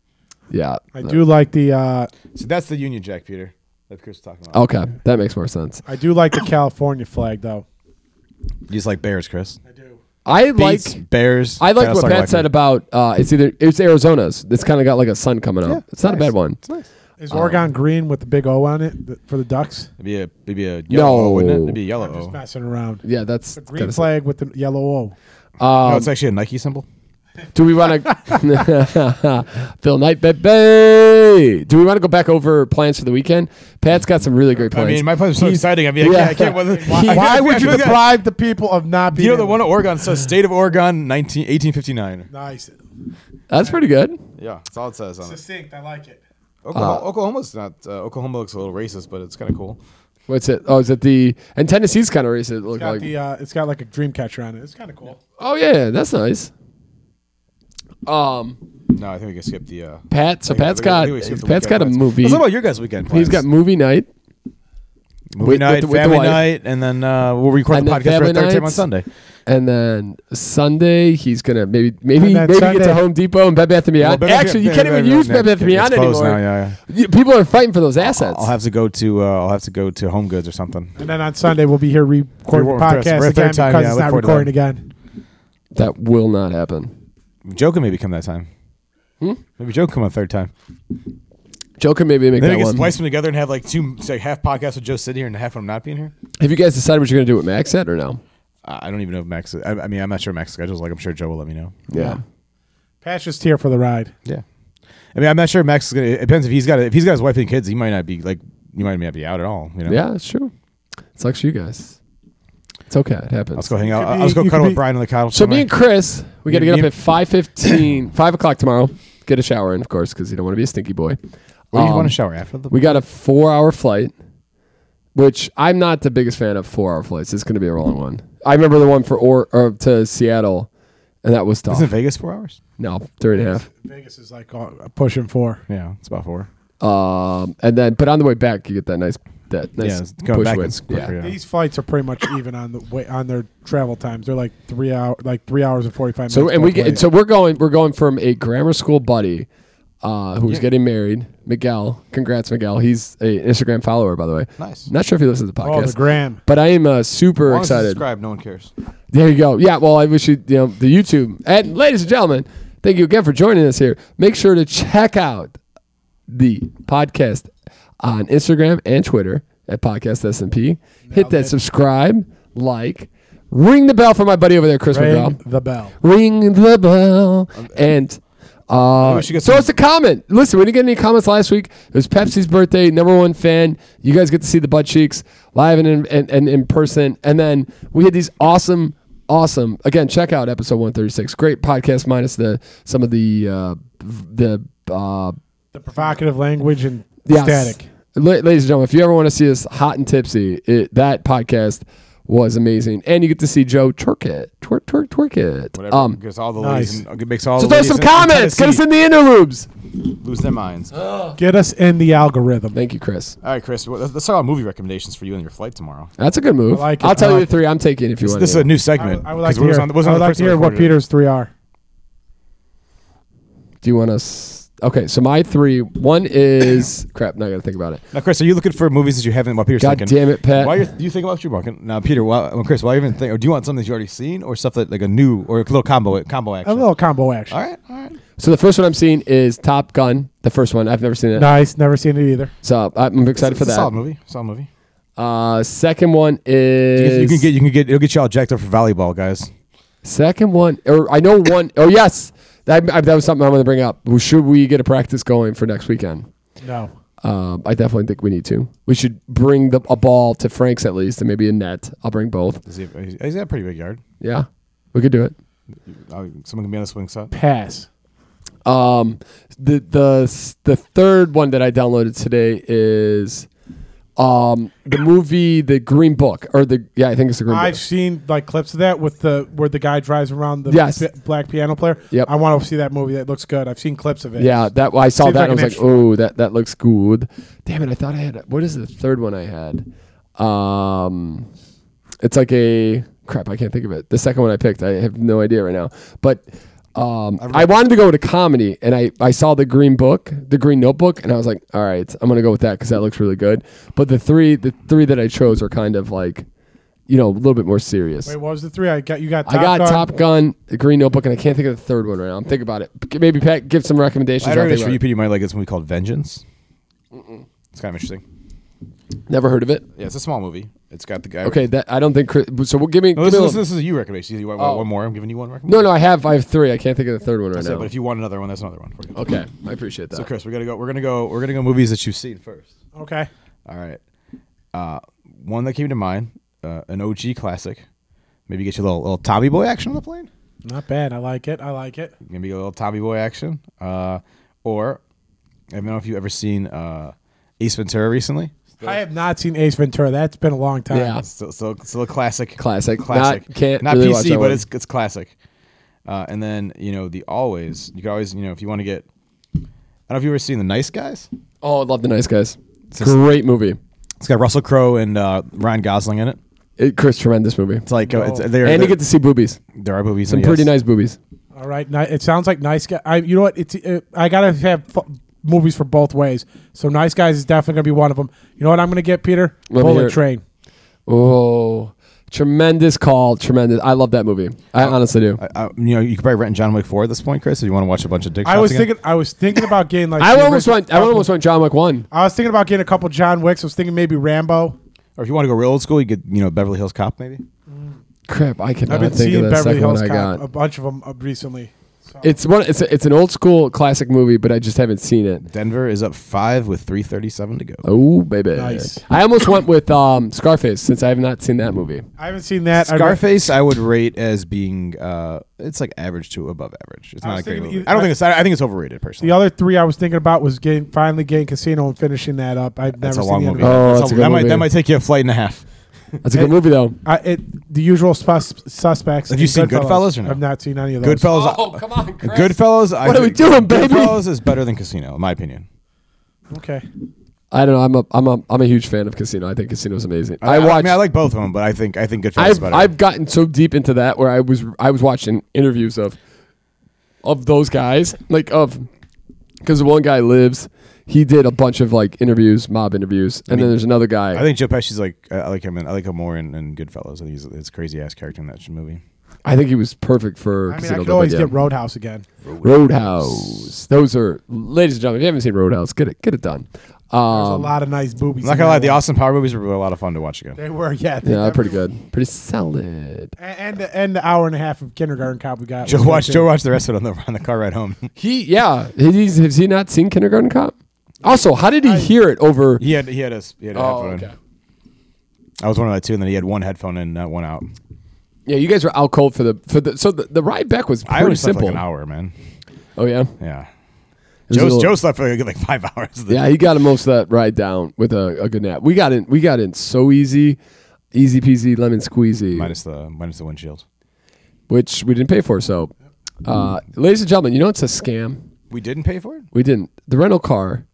Speaker 3: yeah.
Speaker 1: I do like the uh,
Speaker 2: So that's the Union Jack, Peter. That Chris was talking about.
Speaker 3: Okay, that makes more sense.
Speaker 1: I do like the California flag though.
Speaker 2: You just like bears, Chris.
Speaker 1: I do.
Speaker 3: I
Speaker 2: Beats,
Speaker 3: like.
Speaker 2: bears.
Speaker 3: I like
Speaker 2: Kinda
Speaker 3: what
Speaker 2: suck
Speaker 3: Pat
Speaker 2: like
Speaker 3: said
Speaker 2: me.
Speaker 3: about uh, it's either it's Arizona's. It's kind of got like a sun coming up. it's not a bad one.
Speaker 1: Is
Speaker 2: Um,
Speaker 1: Oregon green with the big O on it th- for the Ducks?
Speaker 2: It'd be a it'd be a yellow, O, wouldn't it?
Speaker 3: No.
Speaker 2: It'd be a yellow.
Speaker 1: I'm
Speaker 2: O.
Speaker 1: just messing around.
Speaker 3: Yeah, that's.
Speaker 1: The green
Speaker 3: that's-
Speaker 1: flag with the yellow O.
Speaker 2: no,
Speaker 3: um,
Speaker 2: it's actually a Nike symbol.
Speaker 3: do we want to Phil Knight, baby? Do we want to go back over plans for the weekend? Pat's got some really great
Speaker 2: I
Speaker 3: plans.
Speaker 2: mean, my plans are so
Speaker 3: He's-
Speaker 2: exciting. I mean,
Speaker 3: yeah.
Speaker 2: I can't. I can't
Speaker 3: He-
Speaker 2: why,
Speaker 1: Why
Speaker 2: I
Speaker 1: would you
Speaker 2: feel like-
Speaker 1: deprive the people of not being?
Speaker 2: You know the
Speaker 1: able-
Speaker 2: one in Oregon says "State of Oregon, 19, 1859.
Speaker 1: Nice,
Speaker 3: That's pretty good.
Speaker 2: Yeah, that's all it says on it.
Speaker 1: succinct. I like it.
Speaker 2: Oklahoma, Oklahoma's not. Uh, Oklahoma looks a little racist, but it's kind of cool.
Speaker 3: What's it? Oh, is it the and Tennessee's kind of racist? It
Speaker 1: It's
Speaker 3: looked
Speaker 1: got
Speaker 3: like.
Speaker 1: the. Uh, it's got like a dream catcher on it. It's kind of cool.
Speaker 3: oh yeah, that's nice. Um,
Speaker 2: No, I think we can skip the. Uh,
Speaker 3: Pat. So
Speaker 2: I think- I
Speaker 3: Pat's
Speaker 2: think we- I
Speaker 3: got
Speaker 2: think we skip the
Speaker 3: Pat's
Speaker 2: weekend
Speaker 3: got a
Speaker 2: plans.
Speaker 3: movie.
Speaker 2: Let's talk about your guys' weekend plans.
Speaker 3: He's got movie night.
Speaker 2: movie
Speaker 3: with-
Speaker 2: night,
Speaker 3: with- with the
Speaker 2: family
Speaker 3: wife.
Speaker 2: night, and then uh, we'll record
Speaker 3: And
Speaker 2: the
Speaker 3: then
Speaker 2: podcast for a
Speaker 3: family
Speaker 2: third time on
Speaker 3: nights.
Speaker 2: Sunday.
Speaker 3: And then Sunday, he's gonna maybe maybe
Speaker 1: And then
Speaker 3: maybe get
Speaker 1: Sunday-
Speaker 3: to Home Depot and Bed Bath and Beyond.
Speaker 2: Well, Bed Bath-
Speaker 3: Actually, you
Speaker 2: Bed
Speaker 3: can't
Speaker 2: Bath-
Speaker 3: even use
Speaker 2: no,
Speaker 3: Bed Bath and
Speaker 2: it's
Speaker 3: Beyond
Speaker 2: closed
Speaker 3: anymore.
Speaker 2: now, yeah,
Speaker 3: You- People are fighting for those assets.
Speaker 2: I'll have to go to. Uh, I'll have to go to Home Goods or something.
Speaker 1: And then on Sunday we'll be here recording the
Speaker 2: We're- we're-
Speaker 1: podcast
Speaker 2: we're a
Speaker 1: again
Speaker 2: third time,
Speaker 1: because
Speaker 2: yeah,
Speaker 1: it's
Speaker 2: look
Speaker 1: not
Speaker 2: forward to
Speaker 1: recording
Speaker 2: that.
Speaker 1: again.
Speaker 3: that will not happen.
Speaker 2: Joe can maybe come that time. Maybe Joe can come a third time.
Speaker 3: Joe can maybe make
Speaker 2: Then
Speaker 3: that
Speaker 2: we can
Speaker 3: one.
Speaker 2: splice them together and have like two, say half podcasts with Joe sitting here and half of them not being here.
Speaker 3: Have you guys decided what you're gonna do with Max yet or no?
Speaker 2: Uh, I don't even know if Max. I, I mean, I'm not sure Max's schedule's like. I'm sure Joe will let me know.
Speaker 3: Yeah.
Speaker 1: Pat's just here for the ride.
Speaker 2: Yeah. I mean, I'm not sure Max is gonna. It depends if he's got if he's got his wife and kids. He might not be like. He might not be out at all. You know.
Speaker 3: Yeah, it's true. It sucks for you guys. It's okay. It happens.
Speaker 2: Let's go hang out.
Speaker 1: could be-
Speaker 2: Let's go
Speaker 1: you could
Speaker 2: cuddle
Speaker 1: be-
Speaker 2: with Brian on the couch.
Speaker 3: So me
Speaker 2: somewhere.
Speaker 3: and Chris, we got
Speaker 2: Me-
Speaker 3: to get up
Speaker 2: me-
Speaker 3: at 5.15, 5 o'clock tomorrow. Get a shower in, of course, because you don't want to be a stinky boy.
Speaker 2: Well, you
Speaker 3: Um,
Speaker 2: want to shower after the.
Speaker 3: We got a four-hour flight, which I'm not the biggest fan of four-hour flights. It's going to be a long one. I remember the one for or, or to Seattle, and that was tough.
Speaker 2: Isn't Vegas four hours?
Speaker 3: no, three and a half.
Speaker 1: Vegas is like uh, pushing four.
Speaker 2: Yeah, it's about four.
Speaker 3: Um, and then, but on the way back, you get that nice, that
Speaker 2: Yeah,
Speaker 3: nice
Speaker 2: it's going
Speaker 3: push
Speaker 2: back
Speaker 3: wind.
Speaker 2: it's quicker, yeah.
Speaker 1: These flights are pretty much even on the way on their travel times. They're like three hour, like three hours and forty five minutes.
Speaker 3: So and we
Speaker 1: both
Speaker 3: get,
Speaker 1: ways.
Speaker 3: so we're going we're going from a grammar school buddy uh, who's getting married, Miguel. Congrats, Miguel. He's a Instagram follower, by the way.
Speaker 2: Nice.
Speaker 3: Not sure if he listens to the
Speaker 1: oh
Speaker 3: podcast,
Speaker 1: the gram.
Speaker 3: but I am uh, super excited.
Speaker 2: Subscribe. No one cares.
Speaker 3: There you go. Yeah. Well, I wish you you know the YouTube and ladies and gentlemen, thank you again for joining us here. Make sure to check out the podcast on Instagram and Twitter at Podcast SMP. Hit that subscribe, like, ring the bell for my buddy over there, Chris
Speaker 1: Ring
Speaker 3: McGraw
Speaker 1: the bell.
Speaker 3: ring the bell and uh,
Speaker 2: Um, wish you got
Speaker 3: throw
Speaker 2: some-
Speaker 3: us a comment. Listen, we didn't get any comments last week. It was Pepsi's birthday, number one fan. You guys get to see the butt cheeks live and in, and, and in person. And then we had these awesome, awesome. Again, check out episode one thirty six. Great podcast, minus the some of the uh, the uh,
Speaker 1: The provocative language and
Speaker 3: Yes.
Speaker 1: static.
Speaker 3: La- ladies and gentlemen, if you ever want to see us hot and tipsy, it, that podcast was amazing, and you get to see Joe twerk it, twerk, twerk, twerk it.
Speaker 2: Whatever.
Speaker 3: Um,
Speaker 2: gives all the
Speaker 1: nice.
Speaker 2: ladies. And, uh, makes all
Speaker 3: so
Speaker 2: the
Speaker 3: throw
Speaker 2: ladies
Speaker 3: some
Speaker 2: in- in
Speaker 3: comments. Get us
Speaker 2: Tennessee
Speaker 3: in the interlubes.
Speaker 2: Lose their minds. All
Speaker 1: Get us in the algorithm.
Speaker 3: Thank you, Chris.
Speaker 2: right, Chris. well, Let's let's talk about movie recommendations for you on your flight tomorrow.
Speaker 3: That's a good move.
Speaker 1: I like it.
Speaker 3: will tell
Speaker 1: I
Speaker 3: you
Speaker 1: like
Speaker 3: the three I'm taking if you
Speaker 2: This,
Speaker 3: want.
Speaker 2: this is
Speaker 3: to.
Speaker 2: a new
Speaker 1: I
Speaker 2: segment.
Speaker 1: would, I would like
Speaker 2: 'cause
Speaker 1: to
Speaker 2: what was
Speaker 1: hear,
Speaker 2: on- what was
Speaker 1: I
Speaker 2: on
Speaker 1: would
Speaker 2: the
Speaker 1: like
Speaker 2: first
Speaker 1: to
Speaker 2: one
Speaker 1: hear what
Speaker 2: recorded?
Speaker 1: Peter's three are.
Speaker 3: Do you want us? Okay, so my three. One is crap. Now I got to think about it.
Speaker 2: Now, Chris, are you looking for movies that you haven't? While Peter's
Speaker 3: God
Speaker 2: thinking,
Speaker 3: damn it, Pat.
Speaker 2: Why are you, you think about you walking? Now, Peter, why, well, Chris, why even think? Or do you want something that you already seen, or stuff that like a new or a little combo combo action?
Speaker 1: A little combo action.
Speaker 2: All right, all right.
Speaker 3: So the first one I'm seeing is Top Gun. The first one I've never seen it.
Speaker 1: Nice. Never seen it either.
Speaker 3: So I'm excited
Speaker 2: It's
Speaker 3: for
Speaker 2: a Solid
Speaker 3: that.
Speaker 2: movie. Solid movie.
Speaker 3: Uh, second one
Speaker 2: You
Speaker 3: is
Speaker 2: can- you can get you can get it'll get you all jacked up for volleyball, guys.
Speaker 3: second one or I know one oh yes that I, that was something I'm going to bring up. Well, Should we get a practice going for next weekend?
Speaker 1: No.
Speaker 3: Um, I definitely think we need to. We should bring the, a ball to Frank's at least, and maybe a net. I'll bring both.
Speaker 2: Is he, he's got a pretty big yard.
Speaker 3: Yeah, we could do it.
Speaker 2: Uh, Someone can be on the swing set.
Speaker 1: Pass.
Speaker 3: Um, the the the third one that I downloaded today is um the movie The Green Book or the yeah I think it's the Green
Speaker 1: I've
Speaker 3: Book.
Speaker 1: seen like clips of that with the where the guy drives around the
Speaker 3: Yes.
Speaker 1: bi- black piano player.
Speaker 3: Yep.
Speaker 1: I want to see that movie. That looks good. I've seen clips of it.
Speaker 3: Yeah, that I saw
Speaker 1: Seems
Speaker 3: that
Speaker 1: like
Speaker 3: and I
Speaker 1: an
Speaker 3: was like, oh, that that looks good. Damn it, I thought I had what is the third one I had? Um, it's like a crap. I can't think of it. The second one I picked, I have no idea right now. But um, I wanted to go to comedy, and I I saw the Green Book, the Green Notebook, and I was like, all right, I'm gonna go with that because that looks really good. But the three the three that I chose are kind of like, you know, a little bit more serious.
Speaker 1: Wait, what was the three? I got you got. Top
Speaker 3: I got
Speaker 1: Gun.
Speaker 3: Top Gun, the Green Notebook, and I can't think of the third one right now. I'm thinking about it. G- Maybe Pat give some recommentions.
Speaker 2: I
Speaker 3: I'll
Speaker 2: heard
Speaker 3: think
Speaker 2: this for
Speaker 3: about
Speaker 2: you,
Speaker 3: it.
Speaker 2: Peter. You might like this movie called Vengeance. It's kind of interesting.
Speaker 3: Never heard of it.
Speaker 2: Yeah, it's a small movie. It's got the guy.
Speaker 3: Okay, that I don't think. Chris, so we'll give me.
Speaker 2: No,
Speaker 3: give
Speaker 2: Oh, this,
Speaker 3: me a
Speaker 2: this,
Speaker 3: little-
Speaker 2: this is a you recommendation. You want
Speaker 3: Oh.
Speaker 2: one more? I'm giving you one recommendation.
Speaker 3: no, no, I have. I have three. I can't think of the third one right
Speaker 2: That's
Speaker 3: now.
Speaker 2: it, but if you want another one, that's another one for you.
Speaker 3: okay, I appreciate that.
Speaker 2: So, Chris, we're gonna go. We're gonna go. We're gonna go movies that you've seen first.
Speaker 1: Okay.
Speaker 2: All right. Uh, one that came to mind, uh, an OG classic. Maybe get you a little little Tommy Boy action on the plane.
Speaker 1: Not bad. I like it. I like it.
Speaker 2: Maybe a little Tommy Boy action. Uh, or I don't know if you've ever seen uh, Ace Ventura recently.
Speaker 1: I have not seen Ace Ventura. That's been a long time.
Speaker 3: Yeah.
Speaker 2: Still, still, still a classic.
Speaker 3: Classic.
Speaker 2: Classic.
Speaker 3: Not- can't
Speaker 2: Not
Speaker 3: really watch
Speaker 2: PC,
Speaker 3: that
Speaker 2: but
Speaker 3: one.
Speaker 2: it's it's classic. Uh, and then you know the always. You can always you know if you want to get. I don't know if you've ever seen the Nice Guys.
Speaker 3: Oh, I love the Nice Guys.
Speaker 2: just-
Speaker 3: Great movie.
Speaker 2: It's got Russell Crowe and uh, Ryan Gosling in it.
Speaker 3: It, Chris, tremendous movie.
Speaker 2: It's like uh, it's,
Speaker 1: No.
Speaker 2: they're,
Speaker 3: Oh. and you
Speaker 2: they're-
Speaker 3: get to see boobies.
Speaker 2: there are movies.
Speaker 3: Some
Speaker 2: in it,
Speaker 3: pretty
Speaker 2: yes.
Speaker 3: nice boobies.
Speaker 1: All right. Ni- It sounds like nice guy. I, you know what? It's uh, I gotta have f- movies for both ways. So nice guys is definitely gonna be one of them. You know what I'm gonna get, Peter?
Speaker 3: Let me hear
Speaker 1: Bullet
Speaker 3: it.
Speaker 1: Train.
Speaker 3: Oh, tremendous call. Tremendous. I love that movie. I honestly do. I,
Speaker 2: I, I- you know, you could probably rent John Wick Four at this point, Chris. If you want to watch a bunch of dick,
Speaker 1: I
Speaker 2: shots
Speaker 1: was
Speaker 2: again.
Speaker 1: thinking. I was thinking about getting like. the
Speaker 3: almost
Speaker 1: original-
Speaker 3: went. I almost went John Wick one.
Speaker 1: I was thinking about getting a couple John Wicks. I was thinking maybe Rambo.
Speaker 2: or if you want to go real old school, you get you know Beverly Hills Cop maybe.
Speaker 3: Crap, I cannot
Speaker 1: I've been
Speaker 3: think
Speaker 1: seeing
Speaker 3: of the
Speaker 1: Beverly
Speaker 3: second
Speaker 1: Hills
Speaker 3: one I
Speaker 1: Cop a
Speaker 3: got.
Speaker 1: bunch of them recently. So.
Speaker 3: It's one. It's a, it's an old school classic movie, but I just haven't seen it.
Speaker 2: Denver is up five with three thirty-seven to go.
Speaker 3: Oh baby,
Speaker 1: Nice.
Speaker 3: I almost went with um, Scarface since I have not seen that movie.
Speaker 1: I haven't seen that. I re-
Speaker 2: Scarface, I would rate as being uh, it's like average to above average. It's
Speaker 1: I
Speaker 2: not
Speaker 1: was
Speaker 2: a great
Speaker 1: thinking
Speaker 2: movie.
Speaker 1: either-
Speaker 2: I don't think it's. I, I think it's overrated
Speaker 1: The
Speaker 2: personally.
Speaker 1: other three I was thinking about was getting finally getting Casino and finishing that up. I've
Speaker 2: That's
Speaker 1: never
Speaker 2: a
Speaker 1: seen
Speaker 2: long
Speaker 1: the end
Speaker 2: movie.
Speaker 1: of it.
Speaker 3: Oh,
Speaker 2: That's
Speaker 3: that's
Speaker 2: a-
Speaker 3: a good
Speaker 2: that might
Speaker 3: movie.
Speaker 2: that might take you a flight and a half.
Speaker 3: That's a
Speaker 1: It-
Speaker 3: good movie though.
Speaker 1: I, it, the usual sus- suspects.
Speaker 2: Have you
Speaker 1: and
Speaker 2: seen Goodfellas or no?
Speaker 1: I've not seen any of those.
Speaker 2: Goodfellas.
Speaker 3: Oh, come on,
Speaker 2: Goodfellas. I
Speaker 3: What are we
Speaker 2: think-
Speaker 3: doing, baby?
Speaker 2: Goodfellas is better than Casino, in my opinion.
Speaker 1: Okay.
Speaker 3: I don't know. I'm a I'm a I'm a huge fan of Casino. I think Casino's amazing. I,
Speaker 2: I,
Speaker 3: watched.
Speaker 2: mean, I like both of them, but I think I think Goodfellas is
Speaker 3: I've
Speaker 2: better.
Speaker 3: I've gotten so deep into that where I was I was watching interviews of of those guys like of because the one guy lives. He did a bunch of like interviews, mob interviews, and then there's another guy.
Speaker 2: I think Joe Pesci's like I I like him. In, I like him more in, in Goodfellas. I think he's his crazy ass character in that movie.
Speaker 3: I think he was perfect for
Speaker 1: I mean, I
Speaker 3: Casino.
Speaker 1: could
Speaker 3: though,
Speaker 1: always
Speaker 3: but yeah.
Speaker 1: get Roadhouse again.
Speaker 3: Roadhouse. Those are, ladies and gentlemen, if you haven't seen Roadhouse, get it, get it done.
Speaker 1: There's
Speaker 3: Um,
Speaker 1: a lot of nice boobies.
Speaker 2: I'm not
Speaker 1: in
Speaker 2: gonna lie,
Speaker 1: that
Speaker 2: the
Speaker 1: one.
Speaker 2: Austin Power movies were a lot of fun to watch again.
Speaker 1: They were, yeah. they
Speaker 3: yeah, pretty
Speaker 1: definitely-
Speaker 3: good, pretty solid.
Speaker 1: And and the, and the hour and a half of Kindergarten Cop we got.
Speaker 2: Joe
Speaker 1: was
Speaker 2: watch
Speaker 1: good,
Speaker 2: Joe
Speaker 1: too.
Speaker 2: watch the rest of it on the on the car ride home.
Speaker 3: He, yeah, he's, has he not seen Kindergarten Cop? Also, how did he hear it over?
Speaker 2: he had he had a s- he had a
Speaker 3: Oh,
Speaker 2: headphone.
Speaker 3: okay.
Speaker 2: In. I was one of that too, and then he had one headphone in, not one out.
Speaker 3: Yeah, you guys were out cold for the for the. So the, the ride back was
Speaker 2: I
Speaker 3: pretty
Speaker 2: only slept
Speaker 3: simple.
Speaker 2: like an hour, man.
Speaker 3: Oh yeah, It
Speaker 2: Yeah,
Speaker 3: was a
Speaker 2: Joe
Speaker 3: little-
Speaker 2: Joe slept for like, like five hours.
Speaker 3: Yeah, he got most of that ride down with a, a good nap. We got in, we got in so easy, easy peasy lemon squeezy.
Speaker 2: minus the minus the windshield.
Speaker 3: which we didn't pay for. So, uh, ladies and gentlemen, you know it's a scam.
Speaker 2: We didn't pay for it.
Speaker 3: We didn't. The rental car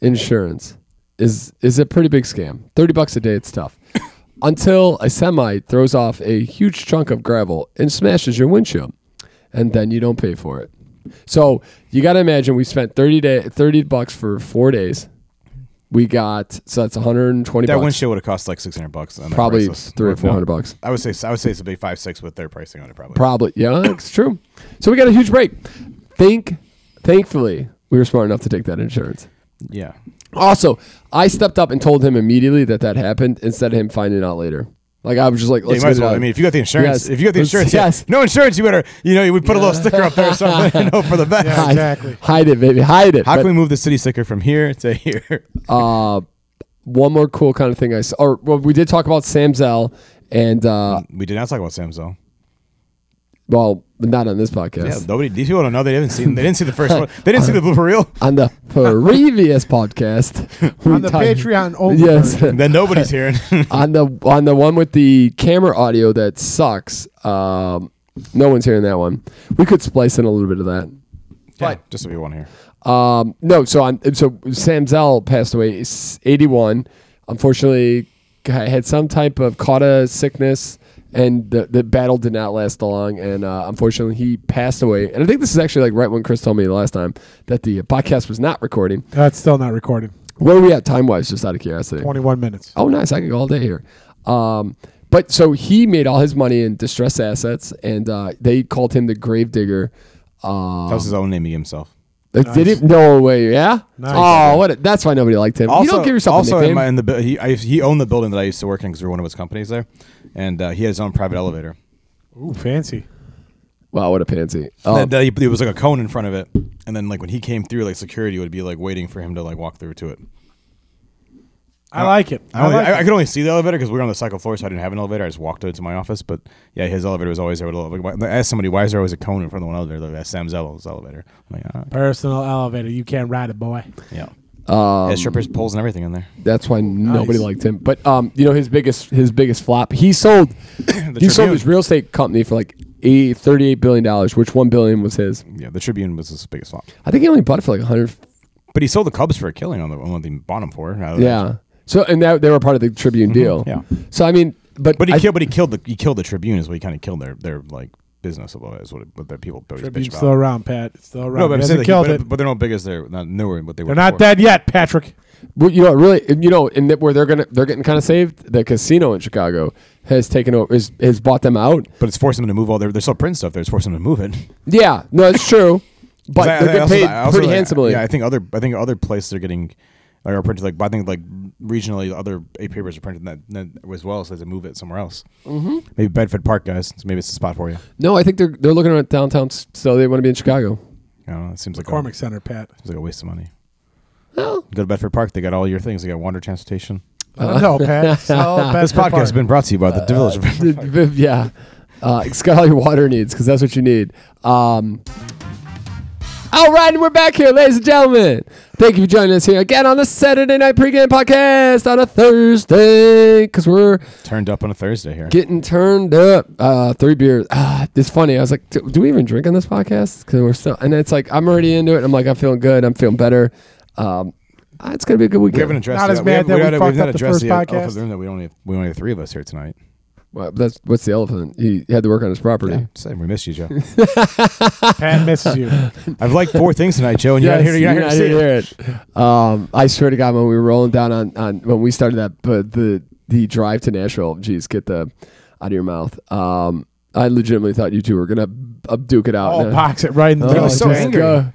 Speaker 3: insurance is is a pretty big scam. Thirty bucks a day, it's tough. Until a semi throws off a huge chunk of gravel and smashes your windshield, and then you don't pay for it. So you got to imagine we spent 30 day 30 bucks for four days. We got so that's 120
Speaker 2: That
Speaker 3: bucks.
Speaker 2: windshield would have cost like six hundred bucks. on that
Speaker 3: probably
Speaker 2: price list.
Speaker 3: three or
Speaker 2: No,
Speaker 3: four hundred bucks.
Speaker 2: I would say I would say it's a big five six with their pricing on it probably.
Speaker 3: Probably. Yeah, it's true. So we got a huge break. Think thankfully we were smart enough to take that insurance.
Speaker 2: yeah,
Speaker 3: Also, I stepped up and told him immediately that that happened instead of him finding out later. Like I was just like,
Speaker 2: yeah you
Speaker 3: let's
Speaker 2: might
Speaker 3: get
Speaker 2: as
Speaker 3: it
Speaker 2: well.
Speaker 3: out.
Speaker 2: I mean, if you got the insurance,
Speaker 3: Yes.
Speaker 2: if you got the
Speaker 3: Let's-
Speaker 2: insurance, yeah.
Speaker 3: yes.
Speaker 2: no insurance, you better you know you would put a little sticker up there or something, you know, for the best.
Speaker 1: Yeah, exactly.
Speaker 3: hide it, baby, hide it.
Speaker 2: How
Speaker 3: But-
Speaker 2: can we move the city sticker from here to here?
Speaker 3: Uh, one more cool kind of thing I saw. Or well, we did talk about Sam Zell, and uh,
Speaker 2: We did not talk about Samsung.
Speaker 3: well, not on this
Speaker 2: Yeah,
Speaker 3: podcast.
Speaker 2: nobody. These people don't know. They haven't seen. They didn't see the first one. They didn't see the blooper reel.
Speaker 3: On the previous podcast, we
Speaker 1: On the
Speaker 3: talked-
Speaker 1: Patreon only
Speaker 3: yes,
Speaker 2: Then nobody's hearing.
Speaker 3: on the on the one with the camera audio that sucks. Um, no one's hearing that one. We could splice in a little bit of that.
Speaker 2: yeah, just so we want to hear.
Speaker 3: Um, no, so on. So Sam Zell passed away, s- eighty-one. Unfortunately, guy had some type of caught a sickness, and the, the battle did not last long. And uh, unfortunately, he passed away. And I think this is actually like right when Chris told me the last time that the podcast was not recording.
Speaker 1: That's still not recorded.
Speaker 3: Where are we at time wise? Just out of curiosity.
Speaker 1: 21 minutes.
Speaker 3: Oh, nice. I can go all day here. Um, but so he made all his money in distressed assets, and uh, they called him the gravedigger. Um,
Speaker 2: That was his own name. He gave himself.
Speaker 3: like, Did it? No way. Yeah.
Speaker 1: Nice.
Speaker 3: Oh, what? A, that's why nobody liked him. you don't give yourself
Speaker 2: also
Speaker 3: a
Speaker 2: in,
Speaker 3: nickname.
Speaker 2: my, in the bu- he, I, he owned the building that I used to work in because we were one of his companies there, and uh, he had his own private elevator.
Speaker 1: Ooh, fancy.
Speaker 3: wow, what a pansy. Um,
Speaker 2: and uh, he, there was like a cone in front of it, and then like when he came through, like security would be like waiting for him to like walk through to it.
Speaker 1: I like it.
Speaker 2: Uh, I,
Speaker 1: I
Speaker 2: only,
Speaker 1: like
Speaker 2: I,
Speaker 1: it.
Speaker 2: I could only see the elevator because we were on the second floor, so I didn't have an elevator. I just walked to my office. But yeah, his elevator was always there. With a, like, why- I asked somebody, "Why is there always a cone in front of one elevator?" Like, that's Sam Zell's elevator. I'm like, ah,
Speaker 1: Personal elevator. You can't ride it, boy.
Speaker 2: yeah,
Speaker 3: um,
Speaker 2: yeah, strippers poles and everything in there.
Speaker 3: that's why nobody
Speaker 1: Nice.
Speaker 3: liked him. But um, you know his biggest his biggest flop. He sold
Speaker 2: The
Speaker 3: he sold
Speaker 2: Tribune.
Speaker 3: his real estate company for like eight, 38 billion dollars, which one billion was his.
Speaker 2: Yeah, the Tribune was his biggest flop.
Speaker 3: I think he only bought it for like a hundred.
Speaker 2: But he sold the Cubs for a killing on the on what they bought him for. rather than-
Speaker 3: Yeah. So and that they were part of the Tribune deal.
Speaker 2: Mm-hmm. yeah.
Speaker 3: So I mean, but
Speaker 2: But he
Speaker 3: I-
Speaker 2: killed. But he killed the. He killed the Tribune. Is what he kind of killed their their like business about it. Is what it, what the people always bitch
Speaker 1: Tribune's
Speaker 2: about.
Speaker 1: still around, Pat. It's still around.
Speaker 2: no,
Speaker 1: He
Speaker 2: but I'm saying
Speaker 1: hasn't
Speaker 2: that he-
Speaker 1: killed
Speaker 2: but,
Speaker 1: it.
Speaker 2: but they're not big as they're not newer. What they were.
Speaker 1: They're not
Speaker 2: before.
Speaker 1: dead yet, Patrick.
Speaker 3: Well, you know, really, and you know, and that where they're gonna they're getting kind of saved. The casino in Chicago has taken over, has, has bought them out.
Speaker 2: But it's forcing them to move all their. They're still printing stuff. There, it's forcing them to move it.
Speaker 3: Yeah, no, it's true, but
Speaker 2: I- I
Speaker 3: they're getting
Speaker 2: also-
Speaker 3: paid
Speaker 2: I also
Speaker 3: pretty
Speaker 2: think-
Speaker 3: handsomely.
Speaker 2: Yeah, I think other I think other places are getting like, are printed like but I think like regionally other A papers are printed that, that as well, so they have to move it somewhere else. Mm-hmm. Maybe Bedford Park, guys. So maybe it's a spot for you.
Speaker 3: no, I think they're they're looking at downtown, s- so they want to be in Chicago.
Speaker 2: I don't know. It seems like a,
Speaker 1: McCormick Center, Pat.
Speaker 2: seems like a waste of money.
Speaker 3: Well,
Speaker 2: Go to Bedford Park. They got all your things. They got water transportation.
Speaker 1: Uh, no, Pat. It's all Pat
Speaker 2: This podcast has been brought to you by the
Speaker 3: Uh,
Speaker 2: Village. of Bedford.
Speaker 3: yeah, uh, it's got all your water needs because that's what you need. Um, all right, and we're back here, ladies and gentlemen. Thank you for joining us here again on the Saturday Night Pregame Podcast on a Thursday because we're
Speaker 2: Turned up on a Thursday here.
Speaker 3: getting turned up. Uh, three beers. Ah, it's funny. I was like, do, do we even drink on this podcast? Because we're still, and it's like I'm already into it. I'm like, I'm feeling good. I'm feling better. Um, ah, it's gonna be a good
Speaker 2: we
Speaker 3: weekend.
Speaker 2: haven't addressed
Speaker 1: Not as
Speaker 2: that.
Speaker 1: bad
Speaker 2: haven't-
Speaker 1: that we
Speaker 2: haven't-
Speaker 1: fucked
Speaker 2: not
Speaker 1: up the
Speaker 2: addressed
Speaker 1: first
Speaker 2: elephant in
Speaker 1: podcast.
Speaker 2: the room that we only have, we only have three of us here tonight.
Speaker 3: Well, that's what's the elephant. He had to work on his property.
Speaker 2: Same, we missed you, Joe.
Speaker 1: Pat misses you.
Speaker 2: I've liked four things tonight, Joe, and you're
Speaker 3: Yes,
Speaker 2: not here. You're not here to see it.
Speaker 3: to hear it. Um, I swear to God, when we were rolling down on, on when we started that, but the the drive to Nashville, geez, get the out of your mouth. Um, I legitimately thought you two were gonna uh, duke it out.
Speaker 2: Oh,
Speaker 1: I'll
Speaker 3: And, uh,
Speaker 1: box it right in the
Speaker 2: He was so
Speaker 3: just
Speaker 1: face.
Speaker 2: angry.
Speaker 3: go-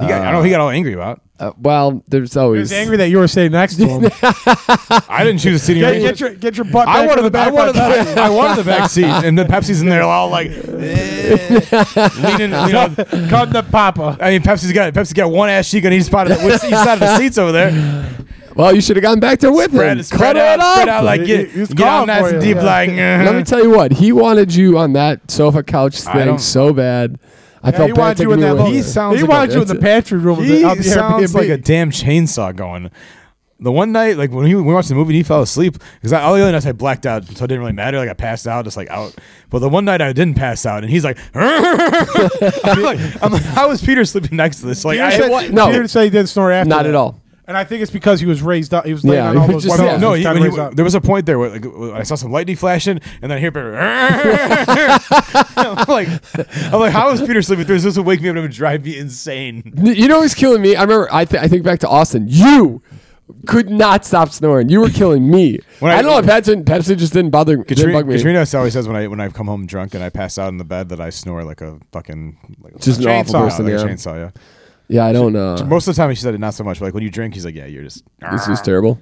Speaker 2: He got, I don't know. He got all angry about.
Speaker 3: Uh, well, there's
Speaker 1: He
Speaker 3: always
Speaker 1: was angry that you were sitting next to him. get,
Speaker 2: I didn't choose a seat. in your-
Speaker 1: get your get your butt.
Speaker 2: I
Speaker 1: back
Speaker 2: wanted
Speaker 1: in
Speaker 2: the
Speaker 1: back.
Speaker 2: I wanted the, I wanted the back seat, and the Pepsi's in there all like eh, leaning. You know,
Speaker 1: Come to Papa.
Speaker 2: I mean, Pepsi's got Pepsi got one ass cheek on each side of the, each side of the seats over there.
Speaker 3: Well, you should have gotten back there with him.
Speaker 2: Spread, spread
Speaker 3: Cut
Speaker 2: out,
Speaker 3: it up.
Speaker 2: spread out like
Speaker 1: He-
Speaker 2: get,
Speaker 1: he was
Speaker 2: get out
Speaker 1: calling
Speaker 2: nice
Speaker 1: for
Speaker 2: and
Speaker 1: you.
Speaker 2: deep like. uh-huh.
Speaker 3: Let me tell you what, he wanted you on that sofa couch
Speaker 2: I
Speaker 3: thing
Speaker 2: don't-
Speaker 3: so bad. I
Speaker 1: Yeah,
Speaker 3: felt
Speaker 1: he
Speaker 3: bad
Speaker 1: wanted you
Speaker 3: taking
Speaker 1: in that.
Speaker 3: away.
Speaker 1: Little,
Speaker 2: He sounds
Speaker 1: he
Speaker 2: like
Speaker 1: wanted
Speaker 3: a-
Speaker 1: you in the pantry room. of the-
Speaker 2: he
Speaker 1: of the
Speaker 2: sounds
Speaker 1: Airbnb.
Speaker 2: like a damn chainsaw going. The one night, like when he, we watched the movie, he fell asleep because all the other nights I blacked out, so it didn't really matter. Like I passed out, just like out. But the one night I didn't pass out, and he's like, I'm like, I'm like, how is Peter sleeping next to this? Like,
Speaker 1: Peter
Speaker 2: I,
Speaker 1: said,
Speaker 3: what- no.
Speaker 1: Peter said he didn't snore after.
Speaker 3: Not
Speaker 1: that.
Speaker 3: at all.
Speaker 1: And I think it's because he was raised up. He was laying
Speaker 3: Yeah,
Speaker 1: on all
Speaker 3: he
Speaker 1: those
Speaker 3: just-
Speaker 1: white
Speaker 3: yeah.
Speaker 1: balls
Speaker 2: No,
Speaker 1: his
Speaker 2: he,
Speaker 1: time
Speaker 2: when he-
Speaker 1: raised up.
Speaker 2: there was a point there where like, I saw some lightning flashing, and then I hear Peter. I'm like, I'm like, how is Peter sleeping through this? This would wake me up and it would drive me insane.
Speaker 3: N- You know who's killing me? I remember. I, th- I think back to Austin. You could not stop snoring. You were killing me.
Speaker 2: When
Speaker 3: I,
Speaker 2: I-
Speaker 3: don't know. if Pepsi, Pepsi just didn't bother. didn't
Speaker 2: Katrina,
Speaker 3: bug me.
Speaker 2: Katrina always says when I when I come home drunk and I pass out in the bed that I snore like a fucking like a
Speaker 3: Just an awful
Speaker 2: chainsaw,
Speaker 3: person,
Speaker 2: like a
Speaker 3: yeah.
Speaker 2: chainsaw. Yeah.
Speaker 3: yeah, I don't. Uh,
Speaker 2: Most of the time, she said it not so much. But like when you drink, he's like, yeah, you're just.
Speaker 3: this is terrible.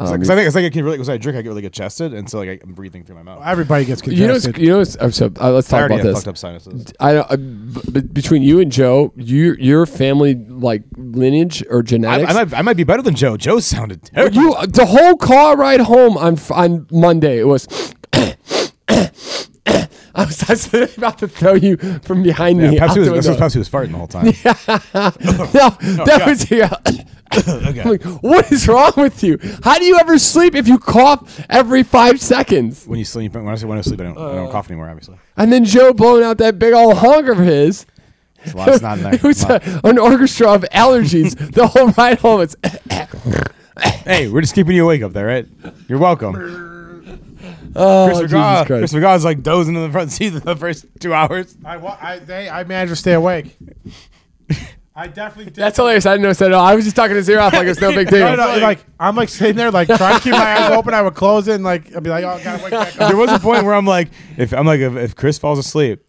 Speaker 2: It's
Speaker 3: Um,
Speaker 2: like- 'cause I think it's like I can really because I drink, I get really congested, and so like I- I'm breathing through my mouth. I
Speaker 1: Everybody gets congested.
Speaker 3: you know. what's- You know. what's- oh, so, uh, let's talk
Speaker 2: already
Speaker 3: about
Speaker 2: have
Speaker 3: this.
Speaker 2: fucked up sinuses.
Speaker 3: I don't- uh, b- b- between you and Joe, your your family like lineage or
Speaker 2: I,
Speaker 3: genetics.
Speaker 2: I might, I might be better than Joe. Joe sounded terrible.
Speaker 3: you the whole car ride home on f- on Monday it was. I was I was literally about to throw you from behind
Speaker 2: Yeah,
Speaker 3: me. out
Speaker 2: Pepsi was,
Speaker 3: the
Speaker 2: this was
Speaker 3: window.
Speaker 2: Pepsi was farting the whole time.
Speaker 3: no, that
Speaker 2: God.
Speaker 3: was yeah.
Speaker 2: Okay.
Speaker 3: I'm like, what is wrong with you? How do you ever sleep if you cough every five seconds?
Speaker 2: When you sleep, when I say when I sleep, I don't, I
Speaker 3: Uh.
Speaker 2: don't cough anymore. Obviously,
Speaker 3: And then Joe blowing out that big old honker of his.
Speaker 2: There's a lot of snot in there.
Speaker 3: It was
Speaker 2: A lot.
Speaker 3: a- an orchestra of allergies the whole ride home. It's
Speaker 2: hey, we're just keeping you awake up there, right? You're welcome. Chris Oh,
Speaker 3: Jesus
Speaker 2: McGraw,
Speaker 3: Christ.
Speaker 2: Chris McGraw's like dozing in the front seat for the first two hours.
Speaker 1: I, wa- I, they, I managed to stay awake. I definitely did.
Speaker 3: that's hilarious. I didn't know that at all. I was just talking his ear off like it's no big deal.
Speaker 1: No, no, like, I'm like sitting there, like trying to keep my eyes open. I would close it and like I'd be like, oh, gotta wake back up.
Speaker 2: There was a point where I'm like, if I'm like, if, if Chris falls asleep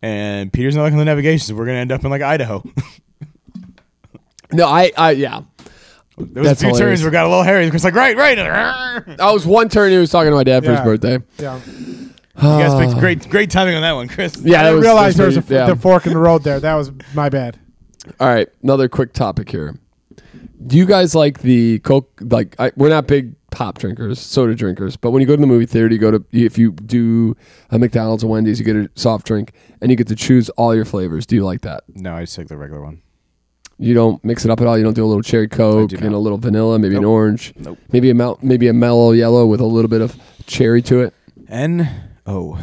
Speaker 2: and Peter's not looking at the navigations, we're gonna end up in like Idaho.
Speaker 3: No, I, I yeah.
Speaker 2: There was
Speaker 3: That's
Speaker 2: a few
Speaker 3: hilarious.
Speaker 2: turns where it got a little hairy. Chris like, right, right. You
Speaker 3: I was one turn. He was talking to my dad for his
Speaker 1: Yeah.
Speaker 3: birthday.
Speaker 1: Yeah,
Speaker 2: guys picked great, great timing on that one, Chris.
Speaker 3: Yeah,
Speaker 1: I
Speaker 3: that
Speaker 1: didn't
Speaker 3: was,
Speaker 1: realize there
Speaker 3: that
Speaker 1: was a f-
Speaker 3: pretty-
Speaker 1: the fork in the road there. That was my bad.
Speaker 3: All right, another quick topic here. Do you guys like the Coke? Like, I, we're not big pop drinkers, soda drinkers, but when you go to the movie theater, you go to if you do a McDonald's or Wendy's, you get a soft drink and you get to choose all your flavors. Do you like that?
Speaker 2: No, I just take the regular one.
Speaker 3: You don't mix it up at all. You don't do a little cherry Coke
Speaker 2: do
Speaker 3: and
Speaker 2: not.
Speaker 3: a little vanilla, maybe an
Speaker 2: Nope.
Speaker 3: orange,
Speaker 2: Nope.
Speaker 3: maybe a mel- maybe a mellow yellow with a little bit of cherry to it.
Speaker 2: N O.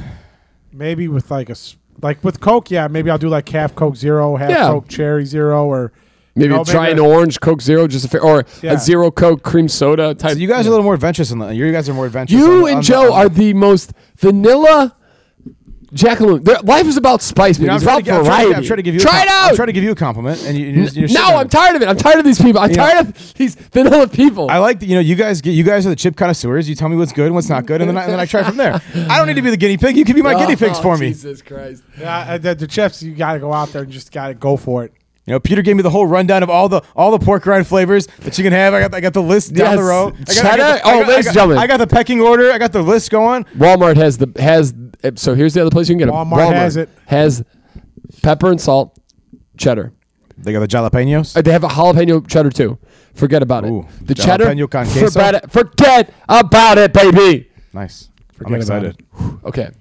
Speaker 1: Maybe with like a s- like with Coke, yeah. Maybe I'll do like half Coke Zero, half
Speaker 3: Yeah.
Speaker 1: Coke Cherry Zero, or
Speaker 3: Maybe
Speaker 1: No,
Speaker 3: try an
Speaker 1: maybe-
Speaker 3: orange Coke Zero, just a fa- or
Speaker 1: Yeah.
Speaker 3: a zero Coke cream soda type.
Speaker 2: So Uh, you guys are a little more adventurous. In the, you guys are more adventurous. on
Speaker 3: You
Speaker 2: the- on
Speaker 3: and
Speaker 2: the-
Speaker 3: Joe
Speaker 2: on
Speaker 3: are the most vanilla jackaloon. Their- Life is about spice,
Speaker 2: the-
Speaker 3: man.
Speaker 2: I'm
Speaker 3: It's
Speaker 2: trying
Speaker 3: about
Speaker 2: to- I'm trying
Speaker 3: variety.
Speaker 2: to- I'm trying to give you. a
Speaker 3: Try
Speaker 2: com-
Speaker 3: it out.
Speaker 2: I'm trying to give you a compliment, and you. you just- you're
Speaker 3: no,
Speaker 2: sitting
Speaker 3: I'm
Speaker 2: there.
Speaker 3: tired of it. I'm tired of these people. I'm
Speaker 2: You know-
Speaker 3: tired of these vanilla people.
Speaker 2: I like that. You know, you guys get. You guys are the chip connoisseurs. You tell me what's good and what's not good, and then I, and then I try from there. I don't need to be the guinea pig. You can be my guinea pigs
Speaker 3: Oh,
Speaker 2: for me.
Speaker 3: Jesus Christ.
Speaker 1: yeah, uh, the, the chips. You gotta go out there and just gotta go for it.
Speaker 2: You know, Peter gave me the whole rundown of all the all the pork rind flavors that you can have. I got I got the list down the
Speaker 3: Yes.
Speaker 2: row. I got, I got
Speaker 3: Cheddar?
Speaker 2: the- I
Speaker 3: Oh,
Speaker 2: got- I
Speaker 3: ladies and
Speaker 2: got-
Speaker 3: gentlemen.
Speaker 2: I got the pecking order. I got the list going.
Speaker 3: Walmart has the has eh, so here's the other place you can get them.
Speaker 1: Walmart has it.
Speaker 3: Has pepper and salt, cheddar.
Speaker 2: They got the jalapenos.
Speaker 3: Uh, They have a jalapeno cheddar too. Forget about it.
Speaker 2: Ooh,
Speaker 3: the cheddar.
Speaker 2: jalapeno con queso?
Speaker 3: forget, it, forget about it, baby.
Speaker 2: nice. I'm
Speaker 1: about
Speaker 2: excited.
Speaker 1: it.
Speaker 3: Okay.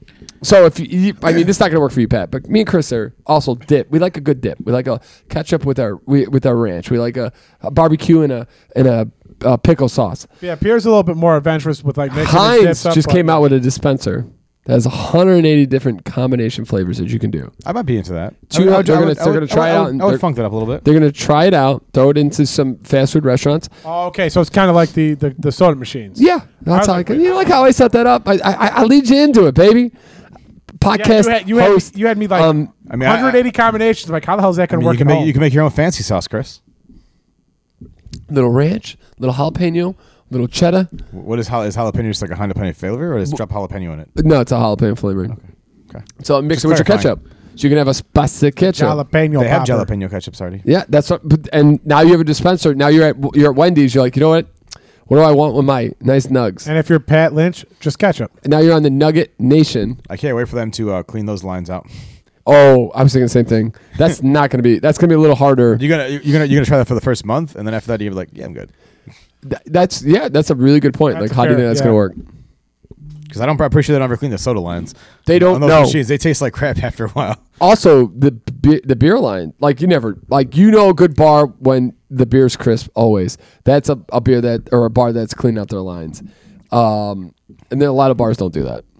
Speaker 3: So if you, you I mean, this is not gonna work for you, Pat. But me and Chris are also dip. We like a good dip. We like a ketchup with our we, with our ranch. We like a, a barbecue and a and a, a pickle sauce.
Speaker 1: Yeah, Pierre's a little bit more adventurous with like mixing his
Speaker 3: Heinz
Speaker 1: dips up,
Speaker 3: just
Speaker 1: but-
Speaker 3: came out with a dispenser that has 180 different combination flavors that you can do.
Speaker 2: I might be into that.
Speaker 3: Two
Speaker 2: I would- I
Speaker 3: hot dog
Speaker 2: would-
Speaker 3: nuggets,
Speaker 2: I
Speaker 3: they're
Speaker 2: would-
Speaker 3: gonna try
Speaker 2: I
Speaker 3: it
Speaker 2: would-
Speaker 3: out
Speaker 2: I would-
Speaker 3: and
Speaker 2: I would
Speaker 3: they're-
Speaker 2: funk that up a little bit.
Speaker 3: They're gonna try it out, throw it into some fast food restaurants.
Speaker 1: Oh, okay, so it's kind of like the, the the soda machines.
Speaker 3: Yeah, that's
Speaker 1: I
Speaker 3: how I
Speaker 1: like
Speaker 3: can.
Speaker 1: it.
Speaker 3: You like how I set that up? I I, I- I lead you into it, baby.
Speaker 1: Yeah,
Speaker 3: Podcast
Speaker 1: you had you had,
Speaker 3: host.
Speaker 1: me- you had me like
Speaker 3: um,
Speaker 2: I mean, I-
Speaker 1: 180 combinations. Like, how the hell is that
Speaker 2: I
Speaker 1: going
Speaker 2: mean,
Speaker 1: to work?
Speaker 2: you, can
Speaker 1: at
Speaker 2: make,
Speaker 1: home?
Speaker 2: you can make your own fancy sauce, Chris.
Speaker 3: little ranch, little jalapeno, little cheddar.
Speaker 2: What is, jal- is jalapeno just like a jalapeno flavor, or is drop jalapeno in it?
Speaker 3: No, it's a jalapeno flavoring.
Speaker 2: Okay.
Speaker 3: So mix
Speaker 2: Just
Speaker 3: it with your
Speaker 2: clarifying.
Speaker 3: ketchup. So you can have a spicy ketchup.
Speaker 1: jalapeno.
Speaker 2: They have
Speaker 1: popper.
Speaker 2: jalapeno ketchup already.
Speaker 3: Yeah, that's what, but- and now you have a dispenser. Now you're at you're at Wendy's. You're like, you know what? What do I want with my nice nugs?
Speaker 1: And if you're Pat Lynch, just ketchup.
Speaker 3: And now you're on the Nugget Nation.
Speaker 2: I can't wait for them to uh, clean those lines out.
Speaker 3: Oh, I was thinking the same thing. That's not gonna be. That's gonna be a little harder.
Speaker 2: You're gonna you're gonna you're gonna try that for the first month, and then after that you're like, yeah, I'm good,
Speaker 3: Th- That's yeah. That's a really good point.
Speaker 1: That's
Speaker 3: like, how do you
Speaker 1: fair,
Speaker 3: think that's
Speaker 1: yeah.
Speaker 3: gonna work?
Speaker 2: because I don't. I'm pretty sure they don't ever clean the soda lines.
Speaker 3: They don't
Speaker 2: On those
Speaker 3: know.
Speaker 2: machines, they taste like crap after a while.
Speaker 3: Also, the be- the beer line, like you never, like you know, a good bar when the beer's crisp. Always, that's a, a beer that or a bar that's cleaning out their lines. Um, and then a lot of bars don't do that.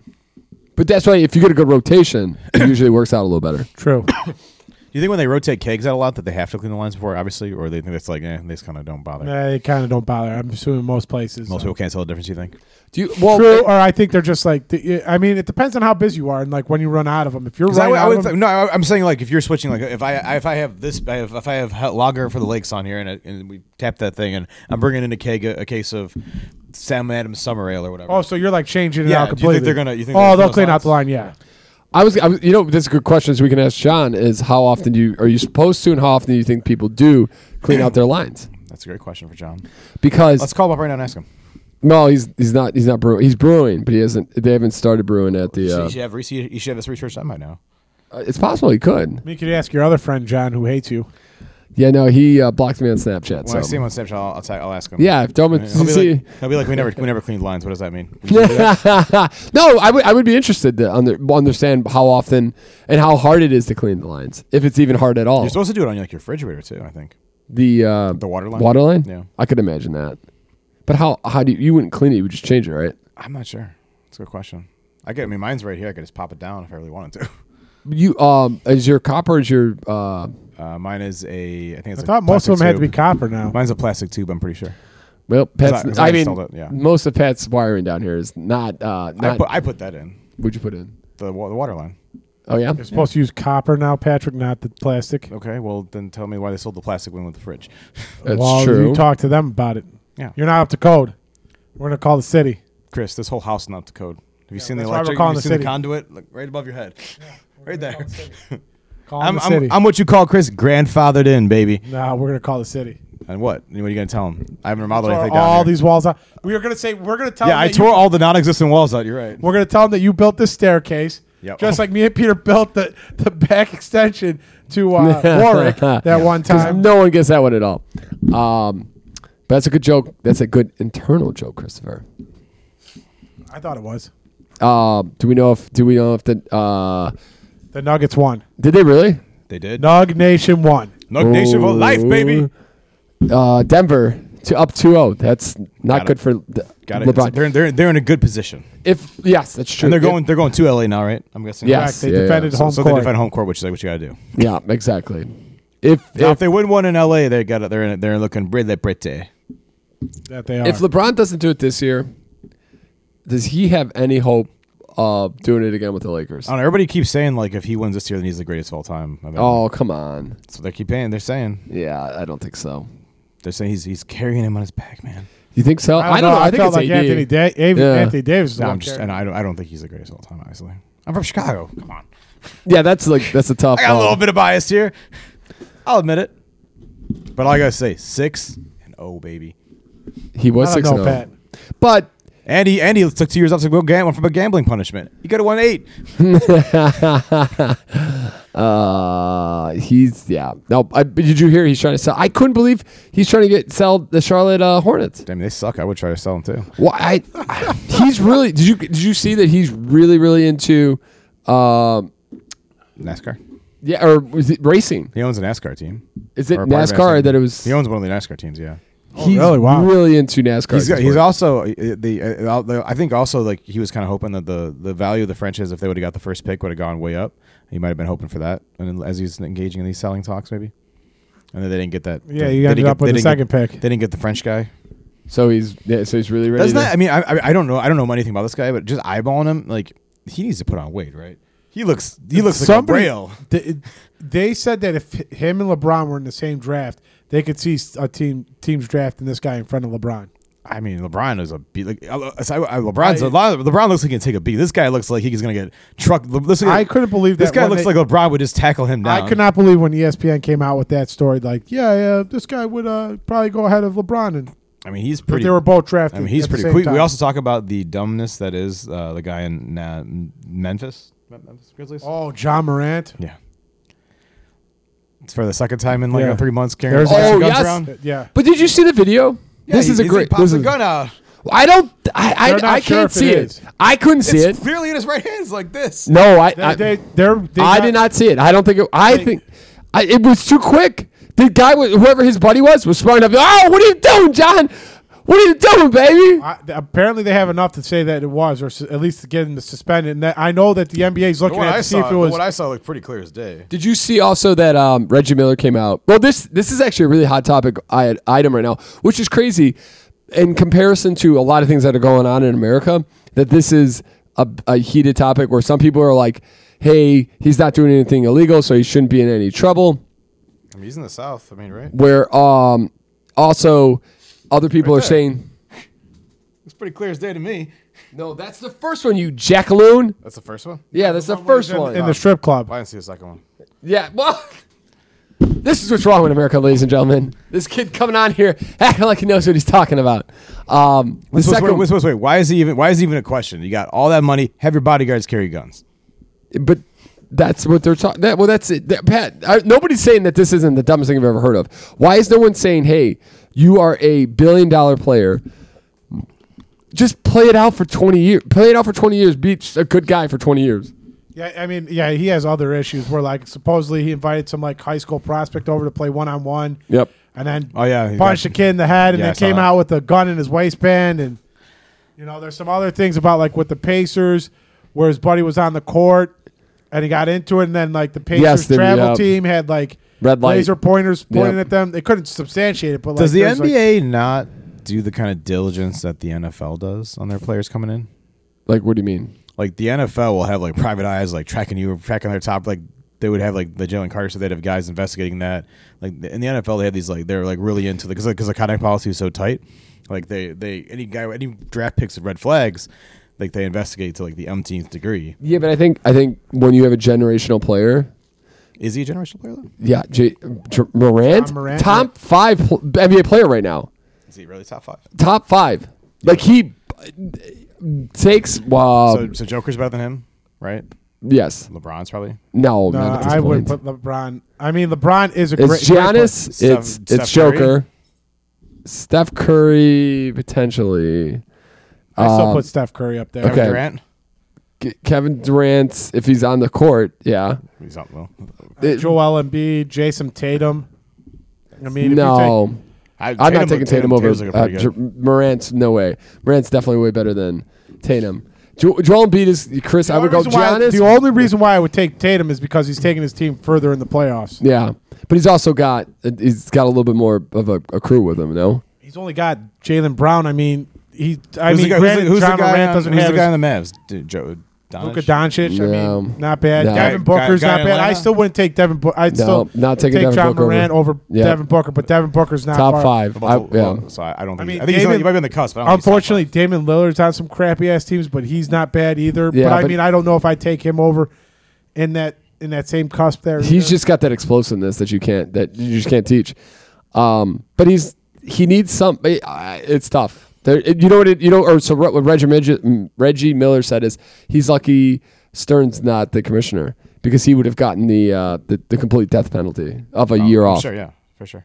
Speaker 3: But that's why if you get a good rotation, it usually works out a little better.
Speaker 1: True.
Speaker 2: You you think when they rotate kegs out a lot that they have to clean the lines before, obviously, or they think that's like, eh, they just kind of don't bother?
Speaker 1: They kind of don't bother. I'm assuming most places.
Speaker 2: Most
Speaker 1: so.
Speaker 2: people can't tell the difference. You think?
Speaker 3: Do you? Well,
Speaker 1: True, or I think they're just like. the- I mean, it depends on how busy you are and like when you run out of them. If you're
Speaker 2: 'Cause I
Speaker 1: running
Speaker 2: would- I
Speaker 1: out
Speaker 2: would
Speaker 1: of
Speaker 2: think-
Speaker 1: them,
Speaker 2: no, I- I'm saying like if you're switching, like if I I- if I have this, I have, if I have hot lager for the lakes on here, and, I, and we tap that thing, and I'm bringing in a keg a, a case of Sam Adams Summer Ale or whatever.
Speaker 1: oh, so you're like changing it out
Speaker 2: Yeah, do you think
Speaker 1: completely.
Speaker 2: they're gonna- you think they're
Speaker 1: oh,
Speaker 2: gonna
Speaker 1: they'll
Speaker 2: close
Speaker 1: clean out
Speaker 2: lines?
Speaker 1: the line. Yeah.
Speaker 3: I was, I was, you know, that's a good question. So we can ask John: Is how often do you are you supposed to, and how often do you think people do clean out their lines?
Speaker 2: that's a great question for John.
Speaker 3: Because
Speaker 2: Let's call him up right now and ask him.
Speaker 3: no, he's he's not he's not brewing. He's brewing, but he hasn't. They haven't started brewing at the.
Speaker 2: So
Speaker 3: Uh,
Speaker 2: you should have re- you should have this research done by now.
Speaker 3: uh, it's possible he could.
Speaker 1: I mean, you could ask your other friend John, who hates you.
Speaker 3: Yeah, no, he uh, blocked me on Snapchat.
Speaker 2: When
Speaker 3: so
Speaker 2: I see him on Snapchat, I'll, I'll, ta- I'll ask him.
Speaker 3: yeah, if Domin,
Speaker 2: And He'll be,
Speaker 3: see,
Speaker 2: like, he'll be like, we never, we never cleaned lines. What does that mean?
Speaker 3: no, I would I would be interested to under, understand how often and how hard it is to clean the lines, if it's even hard at all.
Speaker 2: You're supposed to do it on like your refrigerator too. I think.
Speaker 3: the uh,
Speaker 2: The water line?
Speaker 3: Water line.
Speaker 2: Yeah.
Speaker 3: I could imagine that. But how how do you, you wouldn't clean it? You would just change it, right?
Speaker 2: I'm not sure. It's a good question. I get. I mean, mine's right here. I could just pop it down if I really wanted to.
Speaker 3: You um is your copper is your uh
Speaker 2: Uh, mine is a. I think it's.
Speaker 1: I thought most of them had to be copper now.
Speaker 2: Mine's a plastic tube. I'm pretty sure.
Speaker 3: well Pat's
Speaker 2: I- 'cause
Speaker 3: I,
Speaker 2: I
Speaker 3: mean
Speaker 2: installed it, yeah.
Speaker 3: most of Pat's wiring down here is not uh
Speaker 2: I
Speaker 3: not
Speaker 2: put, I put that in
Speaker 3: would you put in
Speaker 2: the wa- the water line.
Speaker 3: oh yeah
Speaker 1: You're supposed to use copper now, Patrick, not the plastic.
Speaker 2: Okay. Well, then tell me why they sold the plastic one with the fridge.
Speaker 3: that's
Speaker 1: well,
Speaker 3: true
Speaker 1: You talk to them about it.
Speaker 2: Yeah.
Speaker 1: You're not up to code. We're gonna call the city.
Speaker 2: Chris, this whole house not to code. Have you seen the
Speaker 1: that's why we're
Speaker 2: electric? Have
Speaker 1: calling
Speaker 2: you
Speaker 1: the
Speaker 2: seen the
Speaker 1: city.
Speaker 2: conduit? Like right above your head. right there.
Speaker 1: Call
Speaker 2: I'm,
Speaker 1: the city.
Speaker 2: I'm, I'm what you call Chris grandfathered in, baby.
Speaker 1: nah, we're gonna call the city.
Speaker 2: And what? What are you gonna tell him? I haven't remodeled
Speaker 1: Tore
Speaker 2: anything down
Speaker 1: all
Speaker 2: here.
Speaker 1: these walls out. We are gonna say we're gonna tell.
Speaker 2: Yeah,
Speaker 1: them
Speaker 2: I
Speaker 1: that
Speaker 2: tore
Speaker 1: You,
Speaker 2: all the non-existent walls out. You're right.
Speaker 1: we're gonna tell them that you built this staircase.
Speaker 2: Yep.
Speaker 1: Just like me and Peter built the, the back extension to uh, Warwick that one
Speaker 3: 'Cause
Speaker 1: time.
Speaker 3: no one gets that one at all um but that's a good joke that's a good internal joke Christopher
Speaker 1: I thought it was
Speaker 3: um do we know if do we know if the uh
Speaker 1: the Nuggets won.
Speaker 3: did they really
Speaker 2: They did.
Speaker 1: Nug Nation won.
Speaker 2: Nug Nation for
Speaker 3: Oh.
Speaker 2: life, baby.
Speaker 3: uh Denver to up 2-0 that's not
Speaker 2: Got
Speaker 3: good
Speaker 2: it.
Speaker 3: for the,
Speaker 2: Got it.
Speaker 3: LeBron
Speaker 2: It's- They're, they're, they're in a good position,
Speaker 3: if yes that's true
Speaker 2: and they're
Speaker 3: If-
Speaker 2: going they're going to LA now, right? I'm guessing.
Speaker 1: Correct.
Speaker 3: Yes.
Speaker 1: They
Speaker 3: yeah, yeah.
Speaker 1: defended
Speaker 2: So,
Speaker 1: home
Speaker 2: so they
Speaker 1: court.
Speaker 2: defend home court, which is like what you got to do.
Speaker 3: Yeah, exactly. If
Speaker 2: Now,
Speaker 3: if,
Speaker 2: if they win one in LA, they got it. They're in, they're looking really pretty.
Speaker 1: that they are.
Speaker 3: if LeBron doesn't do it this year, does he have any hope of doing it again with the Lakers?
Speaker 2: I don't know, everybody keeps saying like if he wins this year, then he's the greatest of all time. I mean,
Speaker 3: Oh, come on.
Speaker 2: so they keep saying they're saying
Speaker 3: Yeah, I don't think so.
Speaker 2: they're saying he's he's carrying him on his back, man.
Speaker 3: You think so?
Speaker 1: I, don't know. I, felt like Anthony, da- Av-
Speaker 3: Yeah.
Speaker 1: Anthony Davis. is the
Speaker 2: No,
Speaker 1: one
Speaker 2: I'm just,
Speaker 1: carrying.
Speaker 2: and I don't I don't think he's the greatest of all time. Obviously, I'm from Chicago. Come on,
Speaker 3: Yeah, that's like that's a tough.
Speaker 2: I got a little
Speaker 3: one.
Speaker 2: bit of bias here. I'll admit it, but all I gotta say six and oh baby.
Speaker 3: He was
Speaker 1: I
Speaker 3: six
Speaker 1: don't
Speaker 3: and
Speaker 1: know,
Speaker 3: oh.
Speaker 1: Pat.
Speaker 3: But
Speaker 2: And he, and he took two years off to go gam- from a gambling punishment. He could have won eight.
Speaker 3: uh, he's yeah. No, I, but did you hear he's trying to sell? I couldn't believe he's trying to get sell the Charlotte uh, Hornets.
Speaker 2: Damn, they suck. I would try to sell him too.
Speaker 3: Well, I, I- he's really. Did you did you see that he's really really into, um,
Speaker 2: NASCAR.
Speaker 3: yeah, or was it racing?
Speaker 2: He owns a NASCAR team.
Speaker 3: Is it
Speaker 2: Or a part of
Speaker 3: NASCAR that it was?
Speaker 2: He owns one of the NASCAR teams. Yeah.
Speaker 3: He's
Speaker 1: really? Wow.
Speaker 3: really into NASCAR.
Speaker 2: He's,
Speaker 3: at this
Speaker 2: he's
Speaker 3: point.
Speaker 2: also uh, the, uh, al- the I think also like he was kind of hoping that the the value of the franchise if they would have got the first pick would have gone way up. He might have been hoping for that, and then as he's engaging in these selling talks, maybe. And then they didn't get that.
Speaker 1: Yeah,
Speaker 2: they-
Speaker 1: you
Speaker 2: they
Speaker 1: ended
Speaker 2: didn't
Speaker 1: up with
Speaker 2: they
Speaker 1: the
Speaker 2: didn't get-
Speaker 1: second pick.
Speaker 2: They didn't get the French guy.
Speaker 3: so he's yeah, so he's really ready.
Speaker 2: Doesn't
Speaker 3: to-
Speaker 2: that? I mean, I, I I don't know. I don't know anything about this guy, but just eyeballing him, like he needs to put on weight, right? He looks he looks
Speaker 1: Somebody-
Speaker 2: like a rail.
Speaker 1: They, they said that if h- him and LeBron were in the same draft, they could see s- a team teams drafting this guy in front of LeBron.
Speaker 2: I mean, LeBron is a beat. Like, I- I- I- LeBron's
Speaker 1: I-
Speaker 2: a lot. LeBron looks like he can take a beat. This guy looks like he's gonna get truck. This guy,
Speaker 1: I couldn't believe
Speaker 2: this
Speaker 1: that
Speaker 2: guy
Speaker 1: when
Speaker 2: looks
Speaker 1: they-
Speaker 2: like LeBron would just tackle him down.
Speaker 1: I could not believe when E ESPN came out with that story. Like, yeah, yeah, this guy would uh, probably go ahead of LeBron, and
Speaker 2: I mean, he's
Speaker 1: but
Speaker 2: pretty.
Speaker 1: they were both drafted.
Speaker 2: I mean, he's
Speaker 1: at the
Speaker 2: pretty.
Speaker 1: same
Speaker 2: We, we
Speaker 1: time.
Speaker 2: also talk about the dumbness that is uh, the guy in uh, Memphis, Memphis Grizzlies.
Speaker 1: Oh, John Morant.
Speaker 2: Yeah, it's for the second time in like
Speaker 1: Yeah.
Speaker 2: three months carrying
Speaker 1: There's
Speaker 2: a bunch
Speaker 3: oh
Speaker 2: of guns
Speaker 3: yes.
Speaker 2: around.
Speaker 1: Yeah.
Speaker 3: But did you see the video?
Speaker 2: Yeah,
Speaker 3: this
Speaker 2: he-
Speaker 3: is a
Speaker 2: he's- he
Speaker 3: great.
Speaker 2: pops
Speaker 3: This
Speaker 2: a
Speaker 3: is,
Speaker 2: gun out.
Speaker 3: I don't. I
Speaker 1: They're not
Speaker 3: I, I
Speaker 1: sure
Speaker 3: can't
Speaker 1: if it
Speaker 3: see it.
Speaker 1: is.
Speaker 3: I couldn't see
Speaker 2: It's
Speaker 3: it.
Speaker 2: clearly in his right hand. It's like this.
Speaker 3: No, I I,
Speaker 1: They, they, they're, they
Speaker 3: I
Speaker 1: got-
Speaker 3: did not see it. I don't think. It, I think I, it was too quick. The guy, wa- whoever his buddy was, was smart enough. to- Oh, what are you doing, John? What are you doing, baby?
Speaker 1: I, th- apparently, they have enough to say that it was, or s at least to get him to suspend it. And that, I know that the NBA's
Speaker 2: The
Speaker 1: looking
Speaker 2: one
Speaker 1: at
Speaker 2: I
Speaker 1: to see
Speaker 2: saw,
Speaker 1: if it
Speaker 2: the
Speaker 1: was.
Speaker 2: one I saw looked pretty clear as day.
Speaker 3: Did you see also that um, Reggie Miller came out? Well, this this is actually a really hot topic i- item right now, which is crazy in comparison to a lot of things that are going on in America. That this is a, a heated topic where some people are like, "Hey, he's not doing anything illegal, so he shouldn't be in any trouble."
Speaker 2: I mean, he's in the South. I mean, right?
Speaker 3: Where um, also other people
Speaker 2: Right there.
Speaker 3: are saying,
Speaker 2: It's pretty clear as day to me.
Speaker 3: "No, that's the first one, you jackaloon."
Speaker 2: That's the first one.
Speaker 3: Yeah, that's the
Speaker 1: Someone was
Speaker 3: first
Speaker 1: in-
Speaker 3: one.
Speaker 1: in the strip club.
Speaker 2: I didn't see the second one.
Speaker 3: Yeah. Well, this is what's wrong with America, ladies and gentlemen. This kid coming on here acting like he knows what he's talking about. Um, the
Speaker 2: Wait,
Speaker 3: second,
Speaker 2: wait, wait, wait. Why is he even? Why is he even a question? You got all that money. Have your bodyguards carry guns.
Speaker 3: but that's what they're talking. That, well, that's it. That- Pat, I, nobody's saying that this isn't the dumbest thing I've ever heard of. Why is no one saying, "Hey, you are a billion-dollar player"? Just play it out for twenty years. Play it out for twenty years. Be a good guy for twenty years.
Speaker 1: Yeah, I mean, yeah, he has other issues where like supposedly he invited some like high school prospect over to play one on one.
Speaker 3: Yep.
Speaker 1: And then
Speaker 2: Oh, yeah, he
Speaker 1: punched
Speaker 2: got-
Speaker 1: a kid in the head, and
Speaker 2: Yeah, I
Speaker 1: then
Speaker 2: saw
Speaker 1: came
Speaker 2: that.
Speaker 1: out with a gun in his waistband, and you know, there's some other things about like with the Pacers where his buddy was on the court and he got into it, and then like the Pacers
Speaker 3: Yes, there-
Speaker 1: travel
Speaker 3: yeah.
Speaker 1: team had like
Speaker 3: Red light.
Speaker 1: laser pointers pointing
Speaker 3: Yep.
Speaker 1: at them. They couldn't substantiate it, but like,
Speaker 2: Does the
Speaker 1: there's, like-
Speaker 2: NBA not do the kind of diligence that the NFL does on their players coming in?
Speaker 3: Like, what do you mean?
Speaker 2: Like the NFL will have like private eyes, like tracking you, tracking their top. Like they would have like the Jalen Carter, so they'd have guys investigating that. Like in the NFL, they have these like they're like really into the because because the contract policy is so tight. Like they they any guy any draft picks with red flags, like they investigate to like the umpteenth degree.
Speaker 3: Yeah, but I think I think when you have a generational player,
Speaker 2: Is he a generational player though?
Speaker 3: Yeah, J- J- Morant,
Speaker 1: John Morant,
Speaker 3: top five pl- NBA player right now.
Speaker 2: Is he really top five?
Speaker 3: Top five. Like he uh, takes. Uh,
Speaker 2: so so Joker's better than him, right?
Speaker 3: yes.
Speaker 2: LeBron's probably.
Speaker 3: No.
Speaker 1: No,
Speaker 3: not at this
Speaker 1: I wouldn't
Speaker 3: point.
Speaker 1: put LeBron. I mean, LeBron is a
Speaker 3: It's
Speaker 1: great. great player.
Speaker 3: Giannis.
Speaker 2: player.
Speaker 3: it's
Speaker 2: Steph-
Speaker 3: it's
Speaker 2: Steph Curry?
Speaker 3: Joker. Steph Curry potentially.
Speaker 1: I still
Speaker 3: Um,
Speaker 1: put Steph Curry up there.
Speaker 3: Okay.
Speaker 2: Kevin Durant.
Speaker 3: G- Kevin Durant, if he's on the court, yeah.
Speaker 2: He's not well.
Speaker 3: It-
Speaker 1: Uh, Joel Embiid, Jason Tatum. I mean, if
Speaker 3: no,
Speaker 1: you
Speaker 2: I,
Speaker 3: I'm not taking Tatum, over.
Speaker 2: Tatum's looking
Speaker 3: uh,
Speaker 2: pretty
Speaker 3: J-
Speaker 2: good.
Speaker 3: Morant's no way. Morant's definitely way better than Tatum. Jo- Joel Embiid is Chris. I
Speaker 1: take,
Speaker 3: would go
Speaker 1: The only reason why-
Speaker 3: Giannis.
Speaker 1: the only reason why I would take Tatum is because he's taking his team further in the playoffs.
Speaker 3: Yeah, but he's also got he's got a little bit more of a, a crew with him. No,
Speaker 1: He's only got Jalen Brown. I mean, he. I
Speaker 2: Who's the
Speaker 1: mean,
Speaker 2: guy-
Speaker 1: granted,
Speaker 2: who's the- who's the
Speaker 1: John
Speaker 2: guy
Speaker 1: Morant
Speaker 2: on-
Speaker 1: doesn't
Speaker 2: who's
Speaker 1: have
Speaker 2: the guy in the Mavs? D- Joe Doncic.
Speaker 1: Luka Doncic.
Speaker 3: No.
Speaker 1: I mean, not bad.
Speaker 3: No.
Speaker 1: Devin
Speaker 2: Guy-
Speaker 1: Booker's
Speaker 2: guy- guy
Speaker 1: not
Speaker 2: in
Speaker 1: bad. I
Speaker 2: Atlanta?
Speaker 1: still wouldn't take Devin. Bo- I'd
Speaker 3: No,
Speaker 1: still
Speaker 3: not taking
Speaker 1: take
Speaker 3: Devin
Speaker 1: John
Speaker 3: Booker over.
Speaker 1: Morant over,
Speaker 3: Yeah.
Speaker 1: Devin Booker, but Devin Booker's not
Speaker 3: top
Speaker 1: far.
Speaker 3: five. I,
Speaker 2: Well,
Speaker 3: yeah.
Speaker 2: well, so I, I don't think.
Speaker 1: I
Speaker 2: he's-
Speaker 1: mean,
Speaker 2: I think he's on-
Speaker 1: David-
Speaker 2: he might be on the cusp. But I don't think he's top
Speaker 1: Unfortunately, Damon Lillard's on some crappy ass teams, but he's not bad either.
Speaker 3: Yeah,
Speaker 1: but I
Speaker 3: but-
Speaker 1: mean, I don't know if I take him over in that in that same cusp there.
Speaker 3: He's
Speaker 1: either.
Speaker 3: just got that explosiveness that you can't that you just can't teach. Um, but he's he needs some. I- I- It's tough. There, you know what? It, you know, or so what what Reggie, Midge- mm, Reggie Miller said is he's lucky Stern's not the commissioner because he would have gotten the uh, the, the complete death penalty of a year
Speaker 2: five. Oh,
Speaker 3: off.
Speaker 2: Sure, yeah, for sure.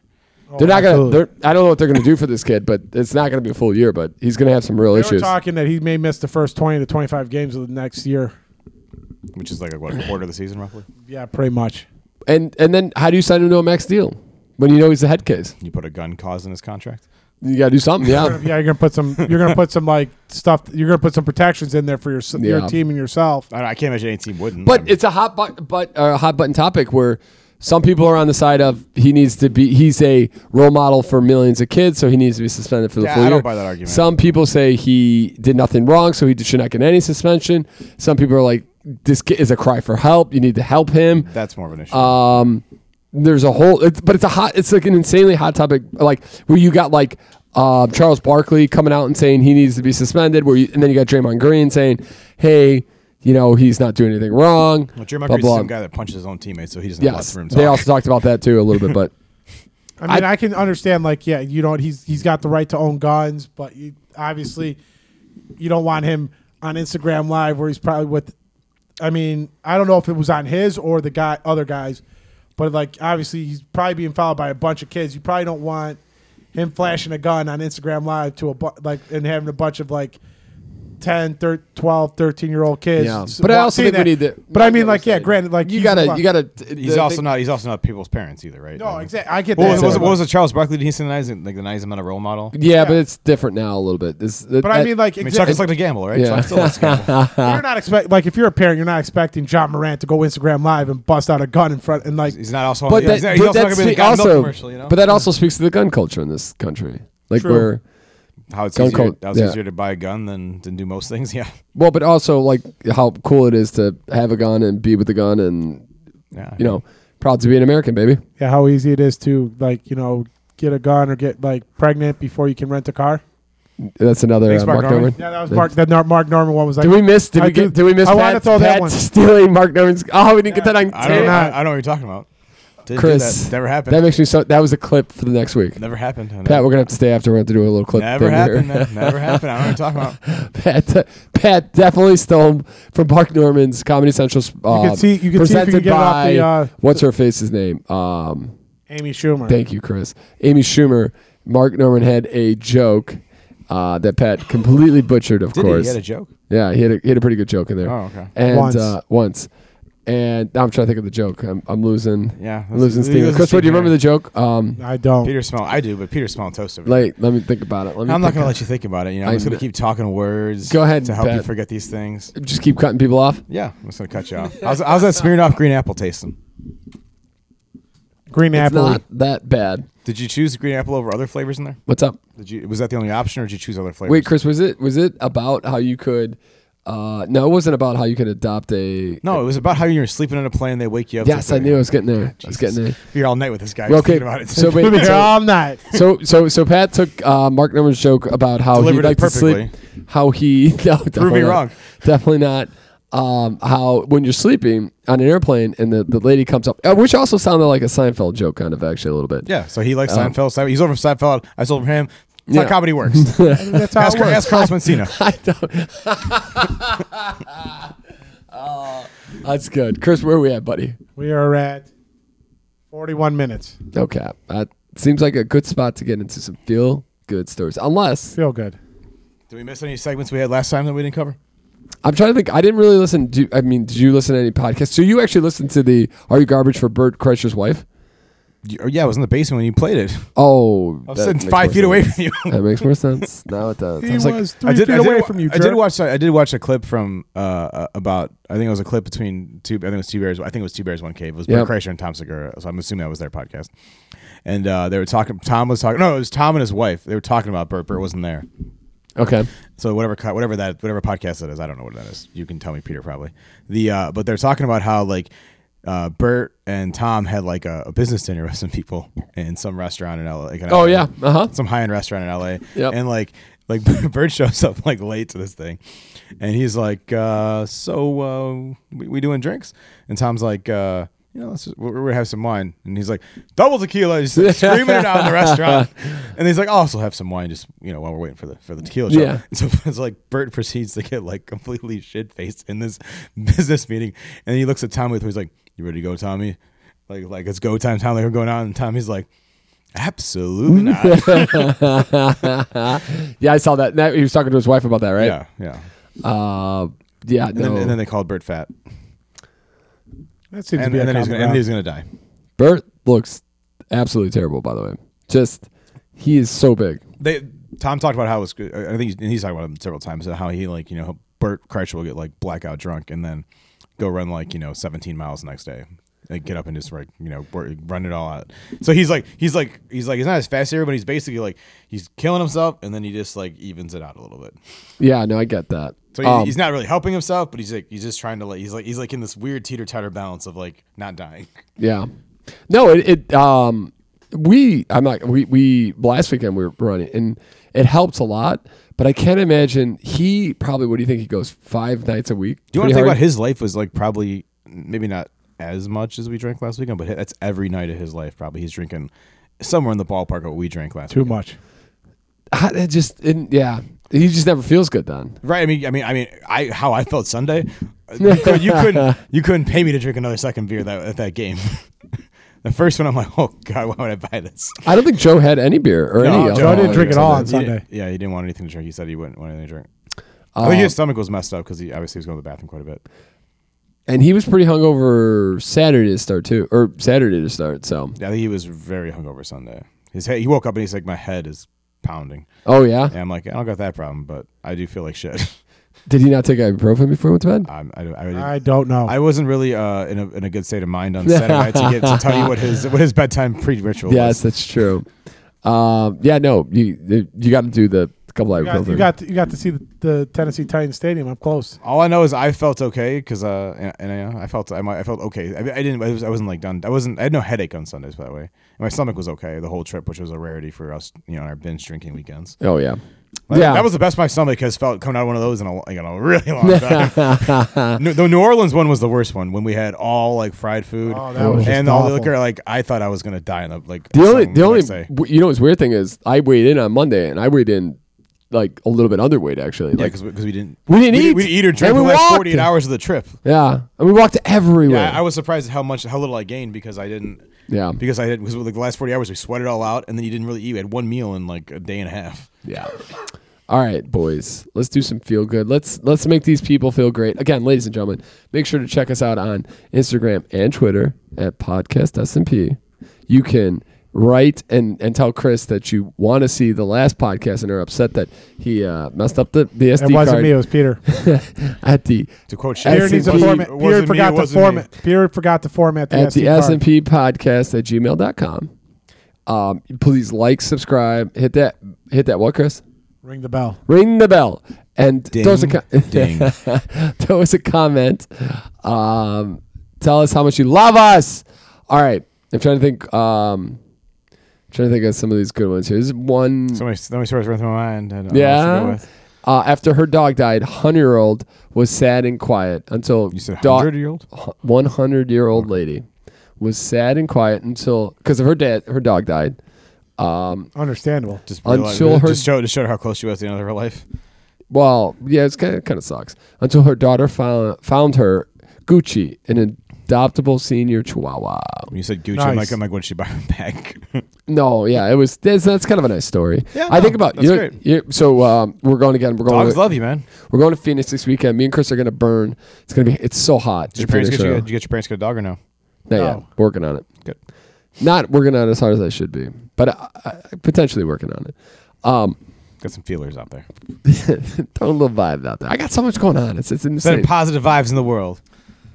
Speaker 1: Oh,
Speaker 3: They're not gonna.
Speaker 1: absolutely.
Speaker 3: They're, I don't know what they're gonna do for this kid, but it's not gonna be a full year. But he's gonna have some real
Speaker 1: They were
Speaker 3: issues.
Speaker 1: talking that he may miss the first twenty to twenty-five games of the next year.
Speaker 2: Which is like what a quarter of the season roughly.
Speaker 1: Yeah, pretty much.
Speaker 3: And and then how do you sign him to a max deal when you know he's a head case?
Speaker 2: You put a gun clause in his contract.
Speaker 3: You got to do something. Yeah.
Speaker 1: Yeah, you're gonna put some. You're gonna put some like stuff. You're gonna put some protections in there for your s
Speaker 3: Yeah.
Speaker 1: your team and yourself.
Speaker 2: I, don't, I can't imagine any team wouldn't. I
Speaker 3: but
Speaker 2: mean,
Speaker 3: it's a hot but, but uh, a hot button topic where some people are on the side of he needs to be he's a role model for millions of kids, so he needs to be suspended for the
Speaker 2: Yeah,
Speaker 3: full
Speaker 2: I
Speaker 3: year.
Speaker 2: don't buy that argument.
Speaker 3: Some people say he did nothing wrong, so he should not get any suspension. Some people are like this kid is a cry for help. You need to help him.
Speaker 2: that's more of an issue.
Speaker 3: Um, there's a whole, it's, but it's a hot, it's like an insanely hot topic, like where you got like uh, Charles Barkley coming out and saying he needs to be suspended, where you, and then you got Draymond Green saying, hey, you know, he's not doing anything wrong.
Speaker 2: Well, Jeremy
Speaker 3: blah,
Speaker 2: Green's
Speaker 3: blah.
Speaker 2: some guy that punches his own teammates, so he doesn't have lots
Speaker 3: Yes,
Speaker 2: of room. to
Speaker 3: they
Speaker 2: talk.
Speaker 3: also talked about that too a little bit, but
Speaker 1: I mean, I, can understand like yeah, you don't. He's he's got the right to own guns, but you, obviously, you don't want him on Instagram Live where he's probably with. I mean, I don't know if it was on his or the guy other guys, but like obviously he's probably being followed by a bunch of kids. You probably don't want him flashing a gun on Instagram Live to a bu- like and having a bunch of like 10, thir 12, 13 year old kids.
Speaker 3: Yeah.
Speaker 1: s-
Speaker 3: But I
Speaker 1: wa-
Speaker 3: also
Speaker 1: see
Speaker 3: think we
Speaker 1: that.
Speaker 3: need to-
Speaker 1: But I mean,
Speaker 3: understand.
Speaker 1: like, yeah, granted, like
Speaker 3: you
Speaker 1: he's
Speaker 3: gotta,
Speaker 1: fuck-
Speaker 3: you gotta.
Speaker 2: He's also not. He's also not people's parents either, right?
Speaker 1: No,
Speaker 2: Like,
Speaker 1: exactly. I get
Speaker 2: What
Speaker 1: that.
Speaker 2: was, what was, what was it? Charles Barkley? Did he say the nice, like the nice amount of role model?
Speaker 3: Yeah, but
Speaker 1: Yeah.
Speaker 3: it's different now a little bit. This,
Speaker 1: but I mean, like,
Speaker 2: I mean,
Speaker 1: exact-
Speaker 2: Chuck, it's like a gamble, right?
Speaker 3: Yeah.
Speaker 2: Chuck still likes to gamble.
Speaker 1: you're not expect like if you're a parent, you're not expecting John Morant to go Instagram live and bust out a gun in front and like.
Speaker 2: He's not also.
Speaker 3: but
Speaker 2: yeah,
Speaker 3: that,
Speaker 2: he's not- he's
Speaker 3: but
Speaker 2: also
Speaker 3: that
Speaker 2: not gonna be in the
Speaker 3: speak-
Speaker 2: Gun Milk
Speaker 3: also-
Speaker 2: commercial, you know?
Speaker 3: but that also speaks to the gun culture in this country. Like
Speaker 1: True.
Speaker 3: we're
Speaker 2: how it's
Speaker 3: gun
Speaker 2: easier,
Speaker 3: cult,
Speaker 2: how it's
Speaker 3: yeah.
Speaker 2: easier to buy a gun than than do most things. Yeah.
Speaker 3: well, but also like how cool it is to have a gun and be with a gun, and
Speaker 2: Yeah.
Speaker 3: you know, proud to be an American, baby.
Speaker 1: yeah, how easy it is to like you know get a gun or get like pregnant before you can rent a car.
Speaker 3: That's another
Speaker 2: Thanks,
Speaker 3: uh,
Speaker 2: Uh, Mark
Speaker 3: Mark
Speaker 2: Norman.
Speaker 3: Norman.
Speaker 1: Yeah, that was Mark. That Nar- Mark Norman one was like.
Speaker 3: Did we miss? Did
Speaker 1: I
Speaker 3: we
Speaker 1: do-
Speaker 3: get? Did we miss?
Speaker 1: I
Speaker 3: Pat,
Speaker 1: wanted to throw that
Speaker 3: Pat
Speaker 1: one.
Speaker 3: stealing Mark Norman's. Oh, we didn't get that on
Speaker 2: I don't,
Speaker 3: tape.
Speaker 2: know,
Speaker 1: Damn.
Speaker 2: I, I know what you're talking about. Didn't
Speaker 3: Chris,
Speaker 2: do that. never happened.
Speaker 3: That makes me so. That was a clip for the next week.
Speaker 2: never happened. I know.
Speaker 3: Pat, we're gonna have to stay after. We're gonna have to do a little clip.
Speaker 2: never
Speaker 3: thing here.
Speaker 2: happened. man. Never happened. I don't know what you're talking about.
Speaker 3: Pat, Pat definitely stole from Mark Norman's Comedy Central. Uh,
Speaker 1: you can see. You can see if you
Speaker 3: presented
Speaker 1: can get it off
Speaker 3: by
Speaker 1: the uh,
Speaker 3: what's her face's name? Um,
Speaker 1: Amy Schumer.
Speaker 3: thank you, Chris. Amy Schumer. Mark Norman had a joke uh, that Pat completely butchered, of
Speaker 2: Did he?
Speaker 3: course.
Speaker 2: He had a joke.
Speaker 3: yeah, he had a, he had a pretty good joke in there.
Speaker 2: Oh, okay.
Speaker 3: And
Speaker 1: Once.
Speaker 3: Uh, once. And now I'm trying to think of the joke. I'm, I'm losing.
Speaker 2: Yeah,
Speaker 3: I'm losing
Speaker 2: let's-
Speaker 3: steam.
Speaker 2: let's
Speaker 3: Chris, what do
Speaker 2: see here.
Speaker 3: you remember the joke? Um,
Speaker 1: I don't.
Speaker 2: Peter Small. I do, but Peter Small toast over.
Speaker 3: like, let me think about it. Let me
Speaker 2: I'm not
Speaker 3: think
Speaker 2: gonna
Speaker 3: of-
Speaker 2: let you think about it. You know,
Speaker 3: I
Speaker 2: I'm just gonna
Speaker 3: kn-
Speaker 2: keep talking words.
Speaker 3: Go ahead,
Speaker 2: to help you
Speaker 3: Pat.
Speaker 2: forget these things.
Speaker 3: Just keep cutting people off.
Speaker 2: Yeah, I'm just gonna cut you off. How's, how's that Smirnoff Green Apple tasting?
Speaker 1: Green
Speaker 3: It's
Speaker 1: apple.
Speaker 3: not that bad.
Speaker 2: Did you choose green apple over other flavors in there?
Speaker 3: What's up?
Speaker 2: Did you? Was that the only option, or did you choose other flavors?
Speaker 3: Wait, Chris, was it was it about how you could? Uh, no, it wasn't about how you could adopt a.
Speaker 2: no, it was about how you're sleeping on a plane. They wake you up.
Speaker 3: Yes, I knew. I was getting there. I
Speaker 2: Jesus.
Speaker 3: was getting there.
Speaker 2: You're all night with this guy.
Speaker 3: Well,
Speaker 2: just
Speaker 3: okay,
Speaker 2: thinking about it.
Speaker 3: so wait,
Speaker 1: We'll be here
Speaker 3: so-
Speaker 1: all night.
Speaker 3: So so so Pat took uh, Mark Norman's joke about how
Speaker 2: Delivered
Speaker 3: he
Speaker 2: it
Speaker 3: liked to sleep, how he no, definitely not.
Speaker 2: wrong.
Speaker 3: definitely not. Um, how when you're sleeping on an airplane and the, the lady comes up, uh, which also sounded like a Seinfeld joke, kind of actually a little bit.
Speaker 2: yeah, so he likes
Speaker 3: Um,
Speaker 2: Seinfeld. Seinfeld. He's over from Seinfeld. I sold him. That's
Speaker 3: Yeah.
Speaker 2: how comedy works.
Speaker 1: That's how
Speaker 2: ask,
Speaker 1: it works.
Speaker 2: ask Carlos Mencina.
Speaker 3: I don't. oh, that's good, Chris. Where are we at, buddy?
Speaker 1: We are at 41 minutes.
Speaker 3: No cap. That seems like a good spot to get into some feel good stories. Unless
Speaker 1: Feel good.
Speaker 2: Did we miss any segments we had last time that we didn't cover?
Speaker 3: I'm trying to think. I didn't really listen. Do I mean? Did you listen to any podcasts? So you actually listened to the "Are You Garbage" for Bert Kreischer's wife?
Speaker 2: You- oh, yeah, I was in the basement when you played it.
Speaker 3: Oh,
Speaker 2: I was
Speaker 3: that
Speaker 2: sitting
Speaker 3: makes
Speaker 2: five
Speaker 3: more
Speaker 2: feet away
Speaker 3: sense.
Speaker 2: from you.
Speaker 3: That makes more sense. Now it does.
Speaker 1: He
Speaker 3: I was
Speaker 1: was,
Speaker 3: like,
Speaker 1: three feet away from you.
Speaker 2: I did
Speaker 1: jerk.
Speaker 2: watch. I did watch a clip from uh, uh, about. I think it was a clip between two. I think it was two bears. I think it was two bears, one cave. It was
Speaker 3: Yep.
Speaker 2: Bert Kreischer and Tom Segura. So I'm assuming that was their podcast. And uh, they were talking. Tom was talking. No, it was Tom and his wife. They were talking about Bert. Bert wasn't there.
Speaker 3: okay.
Speaker 2: So whatever, co- whatever that, whatever podcast that is, I don't know what that is. You can tell me, Peter, probably. The uh, but they're talking about how like uh, Bert and Tom had like a, a business dinner with some people in some restaurant in LA. Like in LA.
Speaker 3: Oh yeah. Uh huh.
Speaker 2: some high end restaurant in LA.
Speaker 3: Yep.
Speaker 2: And like like Bird shows up like late to this thing, and he's like, uh, "So uh, we, we doing drinks?" And Tom's like, uh, "You know, let's just, we're, we're gonna have some wine." And he's like, "Double tequila!" He's like, screaming it out in the restaurant. And he's like, "I'll also have some wine, just you know, while we're waiting for the for the tequila." shot."
Speaker 3: Yeah.
Speaker 2: And so it's like Bert proceeds to get like completely shit faced in this business meeting, and he looks at Tommy. He's like, "You ready to go, Tommy?" Like like it's go time, Tommy. We're going out, and Tommy's like, "Absolutely not."
Speaker 3: Yeah, I saw that. That- He was talking to his wife about that, right?
Speaker 2: Yeah, yeah.
Speaker 3: Uh, yeah.
Speaker 2: And,
Speaker 3: No.
Speaker 2: then, and then they called Bert fat,
Speaker 1: That seems
Speaker 2: and,
Speaker 1: to be
Speaker 2: and
Speaker 1: a
Speaker 2: then
Speaker 1: common
Speaker 2: he's gonna, and
Speaker 1: ground.
Speaker 2: he's gonna die.
Speaker 3: Bert looks absolutely terrible. By the way, just he is so big.
Speaker 2: They Tom talked about how it was. good- I think he's, and he's talked about it several times how he like you know Bert Kreischer will get like blackout drunk and then go run like you know 17 miles the next day. Like get up and just like you know wor- run it all out. So he's like he's like he's like he's not as fast here, but he's basically like he's killing himself, and then he just like evens it out a little bit.
Speaker 3: Yeah. No, I get that.
Speaker 2: So he,
Speaker 3: Um,
Speaker 2: he's not really helping himself, but he's like he's just trying to like he's like he's like in this weird teeter totter balance of like not dying.
Speaker 3: Yeah. No, it, it um we I'm not we we last weekend we were running and it helps a lot, but I can't imagine he probably what do you think he goes five nights a week?
Speaker 2: Do you want
Speaker 3: Pretty
Speaker 2: to think
Speaker 3: hard?
Speaker 2: about his life was like probably maybe not as much as we drank last weekend, but that's every night of his life. Probably he's drinking somewhere in the ballpark of what we drank last.
Speaker 1: Too
Speaker 2: weekend.
Speaker 1: much.
Speaker 3: Ah, it just it, yeah. He just never feels good then.
Speaker 2: right? I mean, I mean, I mean, I how I felt Sunday. You, could, you couldn't you couldn't pay me to drink another second beer that at that game. the first one, I'm like, oh god, why would I buy this?
Speaker 3: I don't think Joe had any beer
Speaker 2: No,
Speaker 3: or any
Speaker 1: Joe
Speaker 3: alcohol
Speaker 1: didn't drink
Speaker 3: or
Speaker 1: at all on
Speaker 3: something.
Speaker 2: He didn't-
Speaker 1: Sunday. Uh,
Speaker 2: yeah, he didn't want anything to drink. He said he wouldn't want anything to drink. I think his stomach was messed up because he obviously was going to the bathroom quite a bit.
Speaker 3: and he was pretty hungover Saturday to start too, or Saturday to start. So,
Speaker 2: Yeah, I think he was very hungover Sunday. His head, he woke up and he's like, my head is pounding.
Speaker 3: oh yeah,
Speaker 2: And I'm like, I don't got that problem, but I do feel like shit.
Speaker 3: did he not take ibuprofen before he went to bed?
Speaker 2: I'm, I, don't- I, didn't-
Speaker 1: I don't know.
Speaker 2: I wasn't really uh, in, a, in a good state of mind on Saturday night to, get, to tell you what his what his bedtime pre ritual was.
Speaker 3: yes, that's true. Um, yeah, no, you you got to do the couple
Speaker 1: you, got,
Speaker 3: ibuprofen.
Speaker 1: you got to, you got to see the, the Tennessee Titans stadium up close.
Speaker 2: All I know is I felt okay because uh, and, and, uh, I felt I, might- I felt okay. I, mean, I didn't I, was, I wasn't like done. I wasn't I had no headache on Sundays by the way. And my stomach was okay the whole trip, which was a rarity for us, you know, on our binge drinking weekends.
Speaker 3: oh yeah,
Speaker 2: Like,
Speaker 3: yeah.
Speaker 2: that was the best my stomach has felt coming out of one of those in a like, in a really long time. New- the New Orleans one was the worst one when we had all like fried food
Speaker 1: Oh, that was
Speaker 2: and
Speaker 1: just
Speaker 2: all the
Speaker 1: awful.
Speaker 2: liquor. Like I thought I was gonna die in the like
Speaker 3: the only
Speaker 2: something
Speaker 3: the only
Speaker 2: next day.
Speaker 3: w- you know what's weird thing is I weighed in on Monday and I weighed in like a little bit underweight actually.
Speaker 2: Yeah,
Speaker 3: Like
Speaker 2: because we, 'cause we didn't
Speaker 3: We didn't eat.
Speaker 2: we eat or drink
Speaker 3: And
Speaker 2: for
Speaker 3: we
Speaker 2: the last
Speaker 3: walked.
Speaker 2: forty eight hours of the trip.
Speaker 3: yeah, and we walked everywhere.
Speaker 2: Yeah, I, I was surprised at how much how little I gained because I didn't
Speaker 3: yeah,
Speaker 2: because I did because like the last forty hours we sweated all out and then you didn't really eat. We had one meal in like a day and a half.
Speaker 3: Yeah. All right, boys. Let's do some feel good. Let's let's make these people feel great. Again, ladies and gentlemen, make sure to check us out on Instagram and Twitter at Podcast SMP. You can write and, and tell Chris that you want to see the last podcast and are upset that he uh, messed up the, the SD
Speaker 1: It wasn't
Speaker 3: card
Speaker 1: me. It was Peter.
Speaker 3: at the
Speaker 2: To quote
Speaker 1: Peter
Speaker 2: Sharon,
Speaker 1: needs to
Speaker 3: S&P.
Speaker 1: format.
Speaker 2: It wasn't
Speaker 1: Peter
Speaker 2: me,
Speaker 1: forgot
Speaker 2: it
Speaker 1: to
Speaker 2: wasn't me.
Speaker 1: format. Peter forgot to format the
Speaker 3: at the
Speaker 2: E
Speaker 1: SD card.
Speaker 3: S&P podcast at gmail.com. Um, please like, subscribe, hit that hit that what, Chris?
Speaker 1: Ring the bell.
Speaker 3: ring the bell and
Speaker 2: Ding,
Speaker 3: throw us a co-
Speaker 2: ding.
Speaker 3: throw us a comment um, tell us how much you love us all right i'm trying to think um trying to think of some of these good ones here there's one
Speaker 2: So many, so many stories run through my mind. I don't know what to go
Speaker 3: yeah
Speaker 2: with.
Speaker 3: uh, after her dog died 100 year old was sad and quiet until
Speaker 2: you said
Speaker 3: dog-
Speaker 2: hundred year old.
Speaker 3: 100 year old lady was sad and quiet until because of her dad her dog died um
Speaker 1: Understandable.
Speaker 2: Just
Speaker 3: Until
Speaker 2: realized, just,
Speaker 3: her-
Speaker 2: showed just showed how close she was to the end of her life.
Speaker 3: Well, yeah, it's kind of kind of sucks. Until her daughter found found her Gucci, an adoptable senior Chihuahua.
Speaker 2: When you said Gucci,
Speaker 1: Nice.
Speaker 2: I'm like, I'm like, what she buy back?
Speaker 3: No, yeah, it was. That's, that's kind of a nice story.
Speaker 2: Yeah,
Speaker 3: I
Speaker 2: no,
Speaker 3: think about
Speaker 2: that's
Speaker 3: you. know-
Speaker 2: great.
Speaker 3: you- so um, we're going again. We're going.
Speaker 2: Dogs
Speaker 3: To,
Speaker 2: love you, man.
Speaker 3: we're going to Phoenix this weekend. Me and Chris are going to burn. It's going to be. It's so hot.
Speaker 2: Did
Speaker 3: in
Speaker 2: your parents
Speaker 3: Phoenix
Speaker 2: get you?
Speaker 3: right
Speaker 2: Did you get your parents get a Oh. dog or no?
Speaker 3: now. Not
Speaker 1: No.
Speaker 3: yet. Working on it.
Speaker 2: Good.
Speaker 3: Not working on it as hard as I should be, but I, I, potentially working on it. Um,
Speaker 2: Got some feelers out there.
Speaker 3: throwing a little vibe out there. I got so much going on. It's it's insane.
Speaker 2: Sending positive vibes in the world.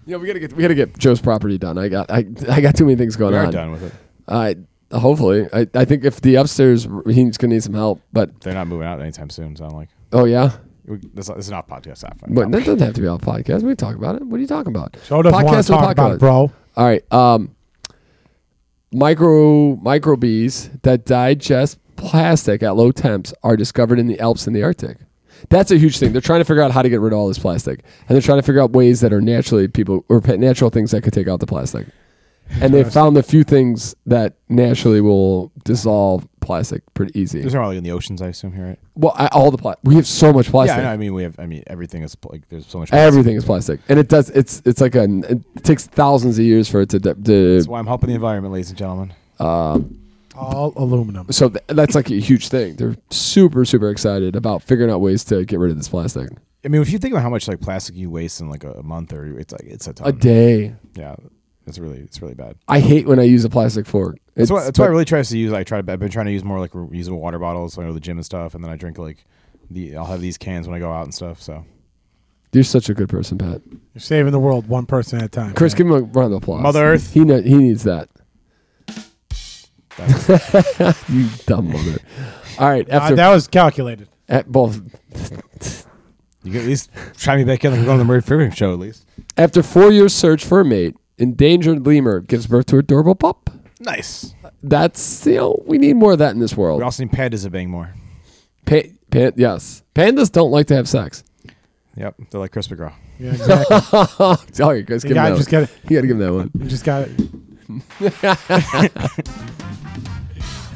Speaker 3: Yeah, we gotta get we gotta get Joe's property done. I got I, I got too many things going
Speaker 2: We are
Speaker 3: on.
Speaker 2: done with it.
Speaker 3: I hopefully I, I think if the upstairs he's gonna need some help. But
Speaker 2: They're not moving out anytime soon. Sound like
Speaker 3: oh yeah,
Speaker 2: we, this, this is not podcast. Not fun.
Speaker 3: but that doesn't have to be on podcast. We can talk about it. What are you talking about?
Speaker 1: Show doesn't want to
Speaker 3: or
Speaker 1: talk about it, bro.
Speaker 3: All right. Um, micro microbees that digest plastic at low temps are discovered in the Alps and the Arctic. That's a huge thing. They're trying to figure out how to get rid of all this plastic, and they're trying to figure out ways that are naturally people or pa- natural things that could take out the plastic. And they found a few things that naturally will dissolve plastic pretty easy.
Speaker 2: These are all in the oceans, I assume, here, right?
Speaker 3: Well, I, all the plastic. We have so much plastic.
Speaker 2: Yeah, I, know, I mean, we have. I mean, everything is pl- like there's so much. plastic.
Speaker 3: Everything is plastic, and it does. It's it's like a. It takes thousands of years for it to. um, de- to
Speaker 2: That's why I'm helping the environment, ladies and gentlemen.
Speaker 1: All aluminum.
Speaker 3: so th- that's like a huge thing. They're super super excited about figuring out ways to get rid of this plastic.
Speaker 2: I mean, if you think about how much like plastic you waste in like a, a month, or it's like it's a ton.
Speaker 3: A day.
Speaker 2: yeah, it's really it's really bad.
Speaker 3: I hate when I use a plastic fork.
Speaker 2: That's why,
Speaker 3: It's-
Speaker 2: that's why I
Speaker 3: but-
Speaker 2: really try to use. I try. to- I've been trying to use more like reusable water bottles. So I go to the gym and stuff, and then I drink like the. I'll have these cans when I go out and stuff. So
Speaker 3: you're such a good person, Pat.
Speaker 1: You're saving the world one person at a time.
Speaker 3: Chris,
Speaker 1: man.
Speaker 3: give him a round of applause.
Speaker 2: Mother Earth.
Speaker 3: He kno- he needs that.
Speaker 2: That's-
Speaker 3: You dumb mother. All right,
Speaker 1: Uh,
Speaker 3: after
Speaker 1: that was calculated.
Speaker 3: at both
Speaker 2: you can at least try me back in. Like we're going to the Murray Freeman show at least.
Speaker 3: after four years search for a mate, endangered lemur gives birth to adorable pup.
Speaker 2: Nice.
Speaker 3: That's you know we need more of that in this world.
Speaker 2: We also need pandas to bang more.
Speaker 3: Pa- pan- yes, pandas don't like to have sex.
Speaker 2: Yep, they're like Chris McGraw.
Speaker 1: Yeah, exactly.
Speaker 3: Oh, you guys,
Speaker 1: you
Speaker 3: give him that
Speaker 1: gotta
Speaker 3: one.
Speaker 1: just get it.
Speaker 3: you gotta give him that one.
Speaker 1: You just got it.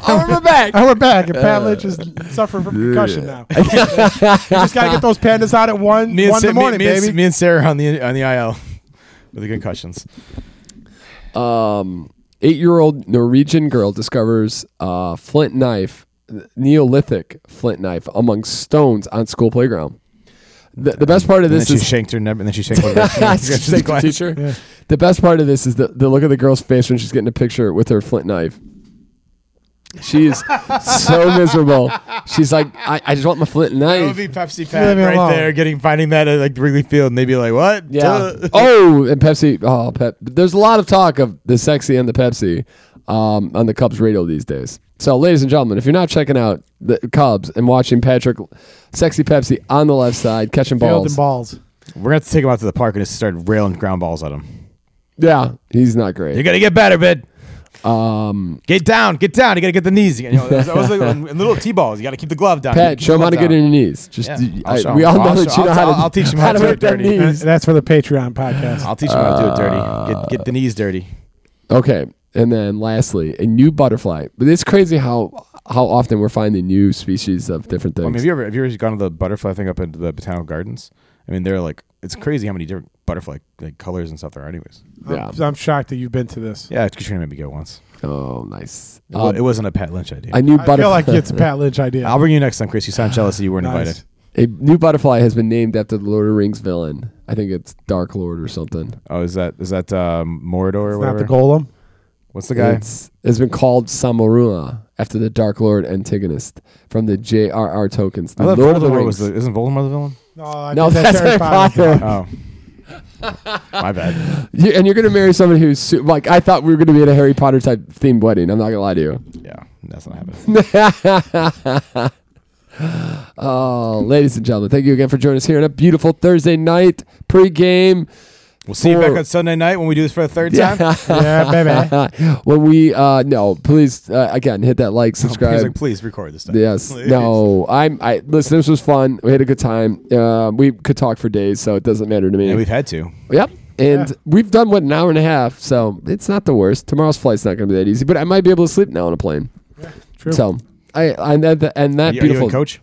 Speaker 3: Oh, we're back.
Speaker 1: And we're back, and
Speaker 3: Uh,
Speaker 1: Pat Lynch is suffering from concussion now. you just gotta get those pandas out at one,
Speaker 2: Me and,
Speaker 1: one in
Speaker 2: Sa-
Speaker 1: the morning,
Speaker 2: me, me
Speaker 1: baby.
Speaker 2: And, me and Sarah on the on the IL with the concussions.
Speaker 3: um, eight-year-old Norwegian girl discovers uh, flint knife, Neolithic flint knife among stones on school playground. The, the best part of
Speaker 2: And then
Speaker 3: this
Speaker 2: she
Speaker 3: is
Speaker 2: shanked her neb- and then she shanked one of her
Speaker 3: She's like the teacher.
Speaker 1: Yeah.
Speaker 3: The best part of this is the, the look of the girl's face when she's getting a picture with her flint knife. She is so miserable. She's like, I, I just want my flint
Speaker 2: It would
Speaker 3: knife.
Speaker 2: be Pepsi
Speaker 1: Leave
Speaker 2: Pat
Speaker 1: me
Speaker 2: right
Speaker 1: alone.
Speaker 2: there, getting finding that at like Wrigley Field, and they'd be like, "What?
Speaker 3: Yeah.
Speaker 2: Duh."
Speaker 3: oh, and Pepsi. Oh, Pep. There's a lot of talk of the sexy and the Pepsi um, on the Cubs radio these days. So, ladies and gentlemen, if you're not checking out the Cubs and watching Patrick, sexy Pepsi on the left side catching
Speaker 1: Field
Speaker 3: balls,
Speaker 1: and balls.
Speaker 2: We're gonna have to take him out to the park and just start railing ground balls at him.
Speaker 3: yeah, he's not
Speaker 2: You're
Speaker 3: great.
Speaker 2: gonna get better, bid.
Speaker 3: Um,
Speaker 2: Get down, get down. You gotta get the knees. You know, that was like in little t-balls. You gotta keep the glove down.
Speaker 3: Pat, show him how to get on your knees. Just
Speaker 2: Yeah.
Speaker 3: d-
Speaker 2: I'll
Speaker 3: I-
Speaker 2: show
Speaker 3: we
Speaker 2: him.
Speaker 3: all know
Speaker 2: I'll
Speaker 3: that
Speaker 2: show-
Speaker 3: you know
Speaker 2: I'll-
Speaker 3: how to.
Speaker 2: I'll teach him how to do
Speaker 3: make
Speaker 2: it
Speaker 3: that
Speaker 2: dirty.
Speaker 1: Uh,
Speaker 3: knees.
Speaker 1: That's for the Patreon podcast.
Speaker 2: I'll teach him how to do it dirty. Get,
Speaker 3: Uh,
Speaker 2: get the knees dirty.
Speaker 3: Okay, and then lastly, a new butterfly. But it's crazy how how often we're finding new species of different
Speaker 2: I
Speaker 3: things.
Speaker 2: mean, have you ever have you ever gone to the butterfly thing up into the botanical gardens? I mean, they're like it's crazy how many different butterfly like colors and stuff there are. Anyways,
Speaker 3: yeah.
Speaker 1: I'm, I'm shocked that you've been to this.
Speaker 2: yeah, Katrina made me go once.
Speaker 3: oh, nice.
Speaker 2: It, wa-
Speaker 3: Um,
Speaker 2: it wasn't a Pat Lynch idea.
Speaker 3: a new
Speaker 1: I feel
Speaker 3: butterfly.
Speaker 1: like it's a Pat Lynch idea.
Speaker 2: I'll bring you next time, Chris. You sound jealous that you weren't
Speaker 1: Nice.
Speaker 2: invited.
Speaker 3: a new butterfly has been named after the Lord of the Rings villain. I think it's Dark Lord or something.
Speaker 2: Oh, is that is that um, Mordor or
Speaker 1: It's
Speaker 2: whatever?
Speaker 1: not the golem.
Speaker 2: What's the guy?
Speaker 3: It's, it's been called Samarua after the Dark Lord antagonist from the J.R.R. Tolkien's
Speaker 2: I
Speaker 3: The
Speaker 2: thought
Speaker 3: Lord of the
Speaker 2: Voldemort
Speaker 3: Rings.
Speaker 2: was the isn't Voldemort the villain?
Speaker 1: No, I
Speaker 3: No,
Speaker 1: think
Speaker 3: that's Harry Potter.
Speaker 2: Oh, my bad.
Speaker 3: You- and you're gonna marry somebody who's su- like I thought we were gonna be at a Harry Potter type themed wedding. I'm not gonna lie to you.
Speaker 2: Yeah, that's not happening.
Speaker 3: Oh, ladies and gentlemen, thank you again for joining us here on a beautiful Thursday night pre-game
Speaker 2: We'll see you
Speaker 3: Four.
Speaker 2: back on Sunday night when we do this for the third time.
Speaker 1: yeah, baby.
Speaker 3: when we uh no, please uh, again hit that like,
Speaker 2: He's
Speaker 3: subscribe.
Speaker 2: like, please record this time.
Speaker 3: Yes.
Speaker 2: Please.
Speaker 3: No. I'm. I listen. This was fun. We had a good time. Uh, we could talk for days, so it doesn't matter to me.
Speaker 2: And we've had to.
Speaker 3: Yep. And we've done what an hour and a half, so it's not the worst. Tomorrow's flight's not going to be that easy, but I might be able to sleep now on a plane.
Speaker 1: True.
Speaker 3: So I, I and that, and that
Speaker 2: You- Are you
Speaker 3: beautiful
Speaker 2: a coach?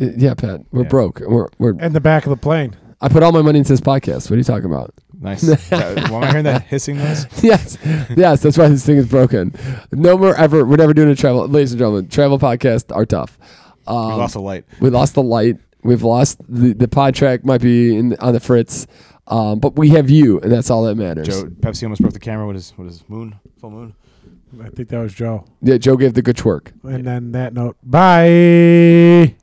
Speaker 3: Uh, Yeah, Pat, we're
Speaker 2: Yeah.
Speaker 3: broke. We're, we're
Speaker 1: In the back of the plane.
Speaker 3: I put all my money into this podcast. What are you talking about?
Speaker 2: Nice. Why am I hearing that hissing noise?
Speaker 3: yes, yes, that's why this thing is broken. No more ever. We're never doing a travel, ladies and gentlemen. Travel podcasts are tough. Um,
Speaker 2: We lost a light.
Speaker 3: We lost the light. We've lost the, the pod track might be in on the fritz, um, but we have you, and that's all that matters.
Speaker 2: Joe Pepsi almost broke the camera with his with his moon full moon.
Speaker 1: I think that was Joe.
Speaker 3: Yeah, Joe gave the good twerk.
Speaker 1: And then that note. Bye.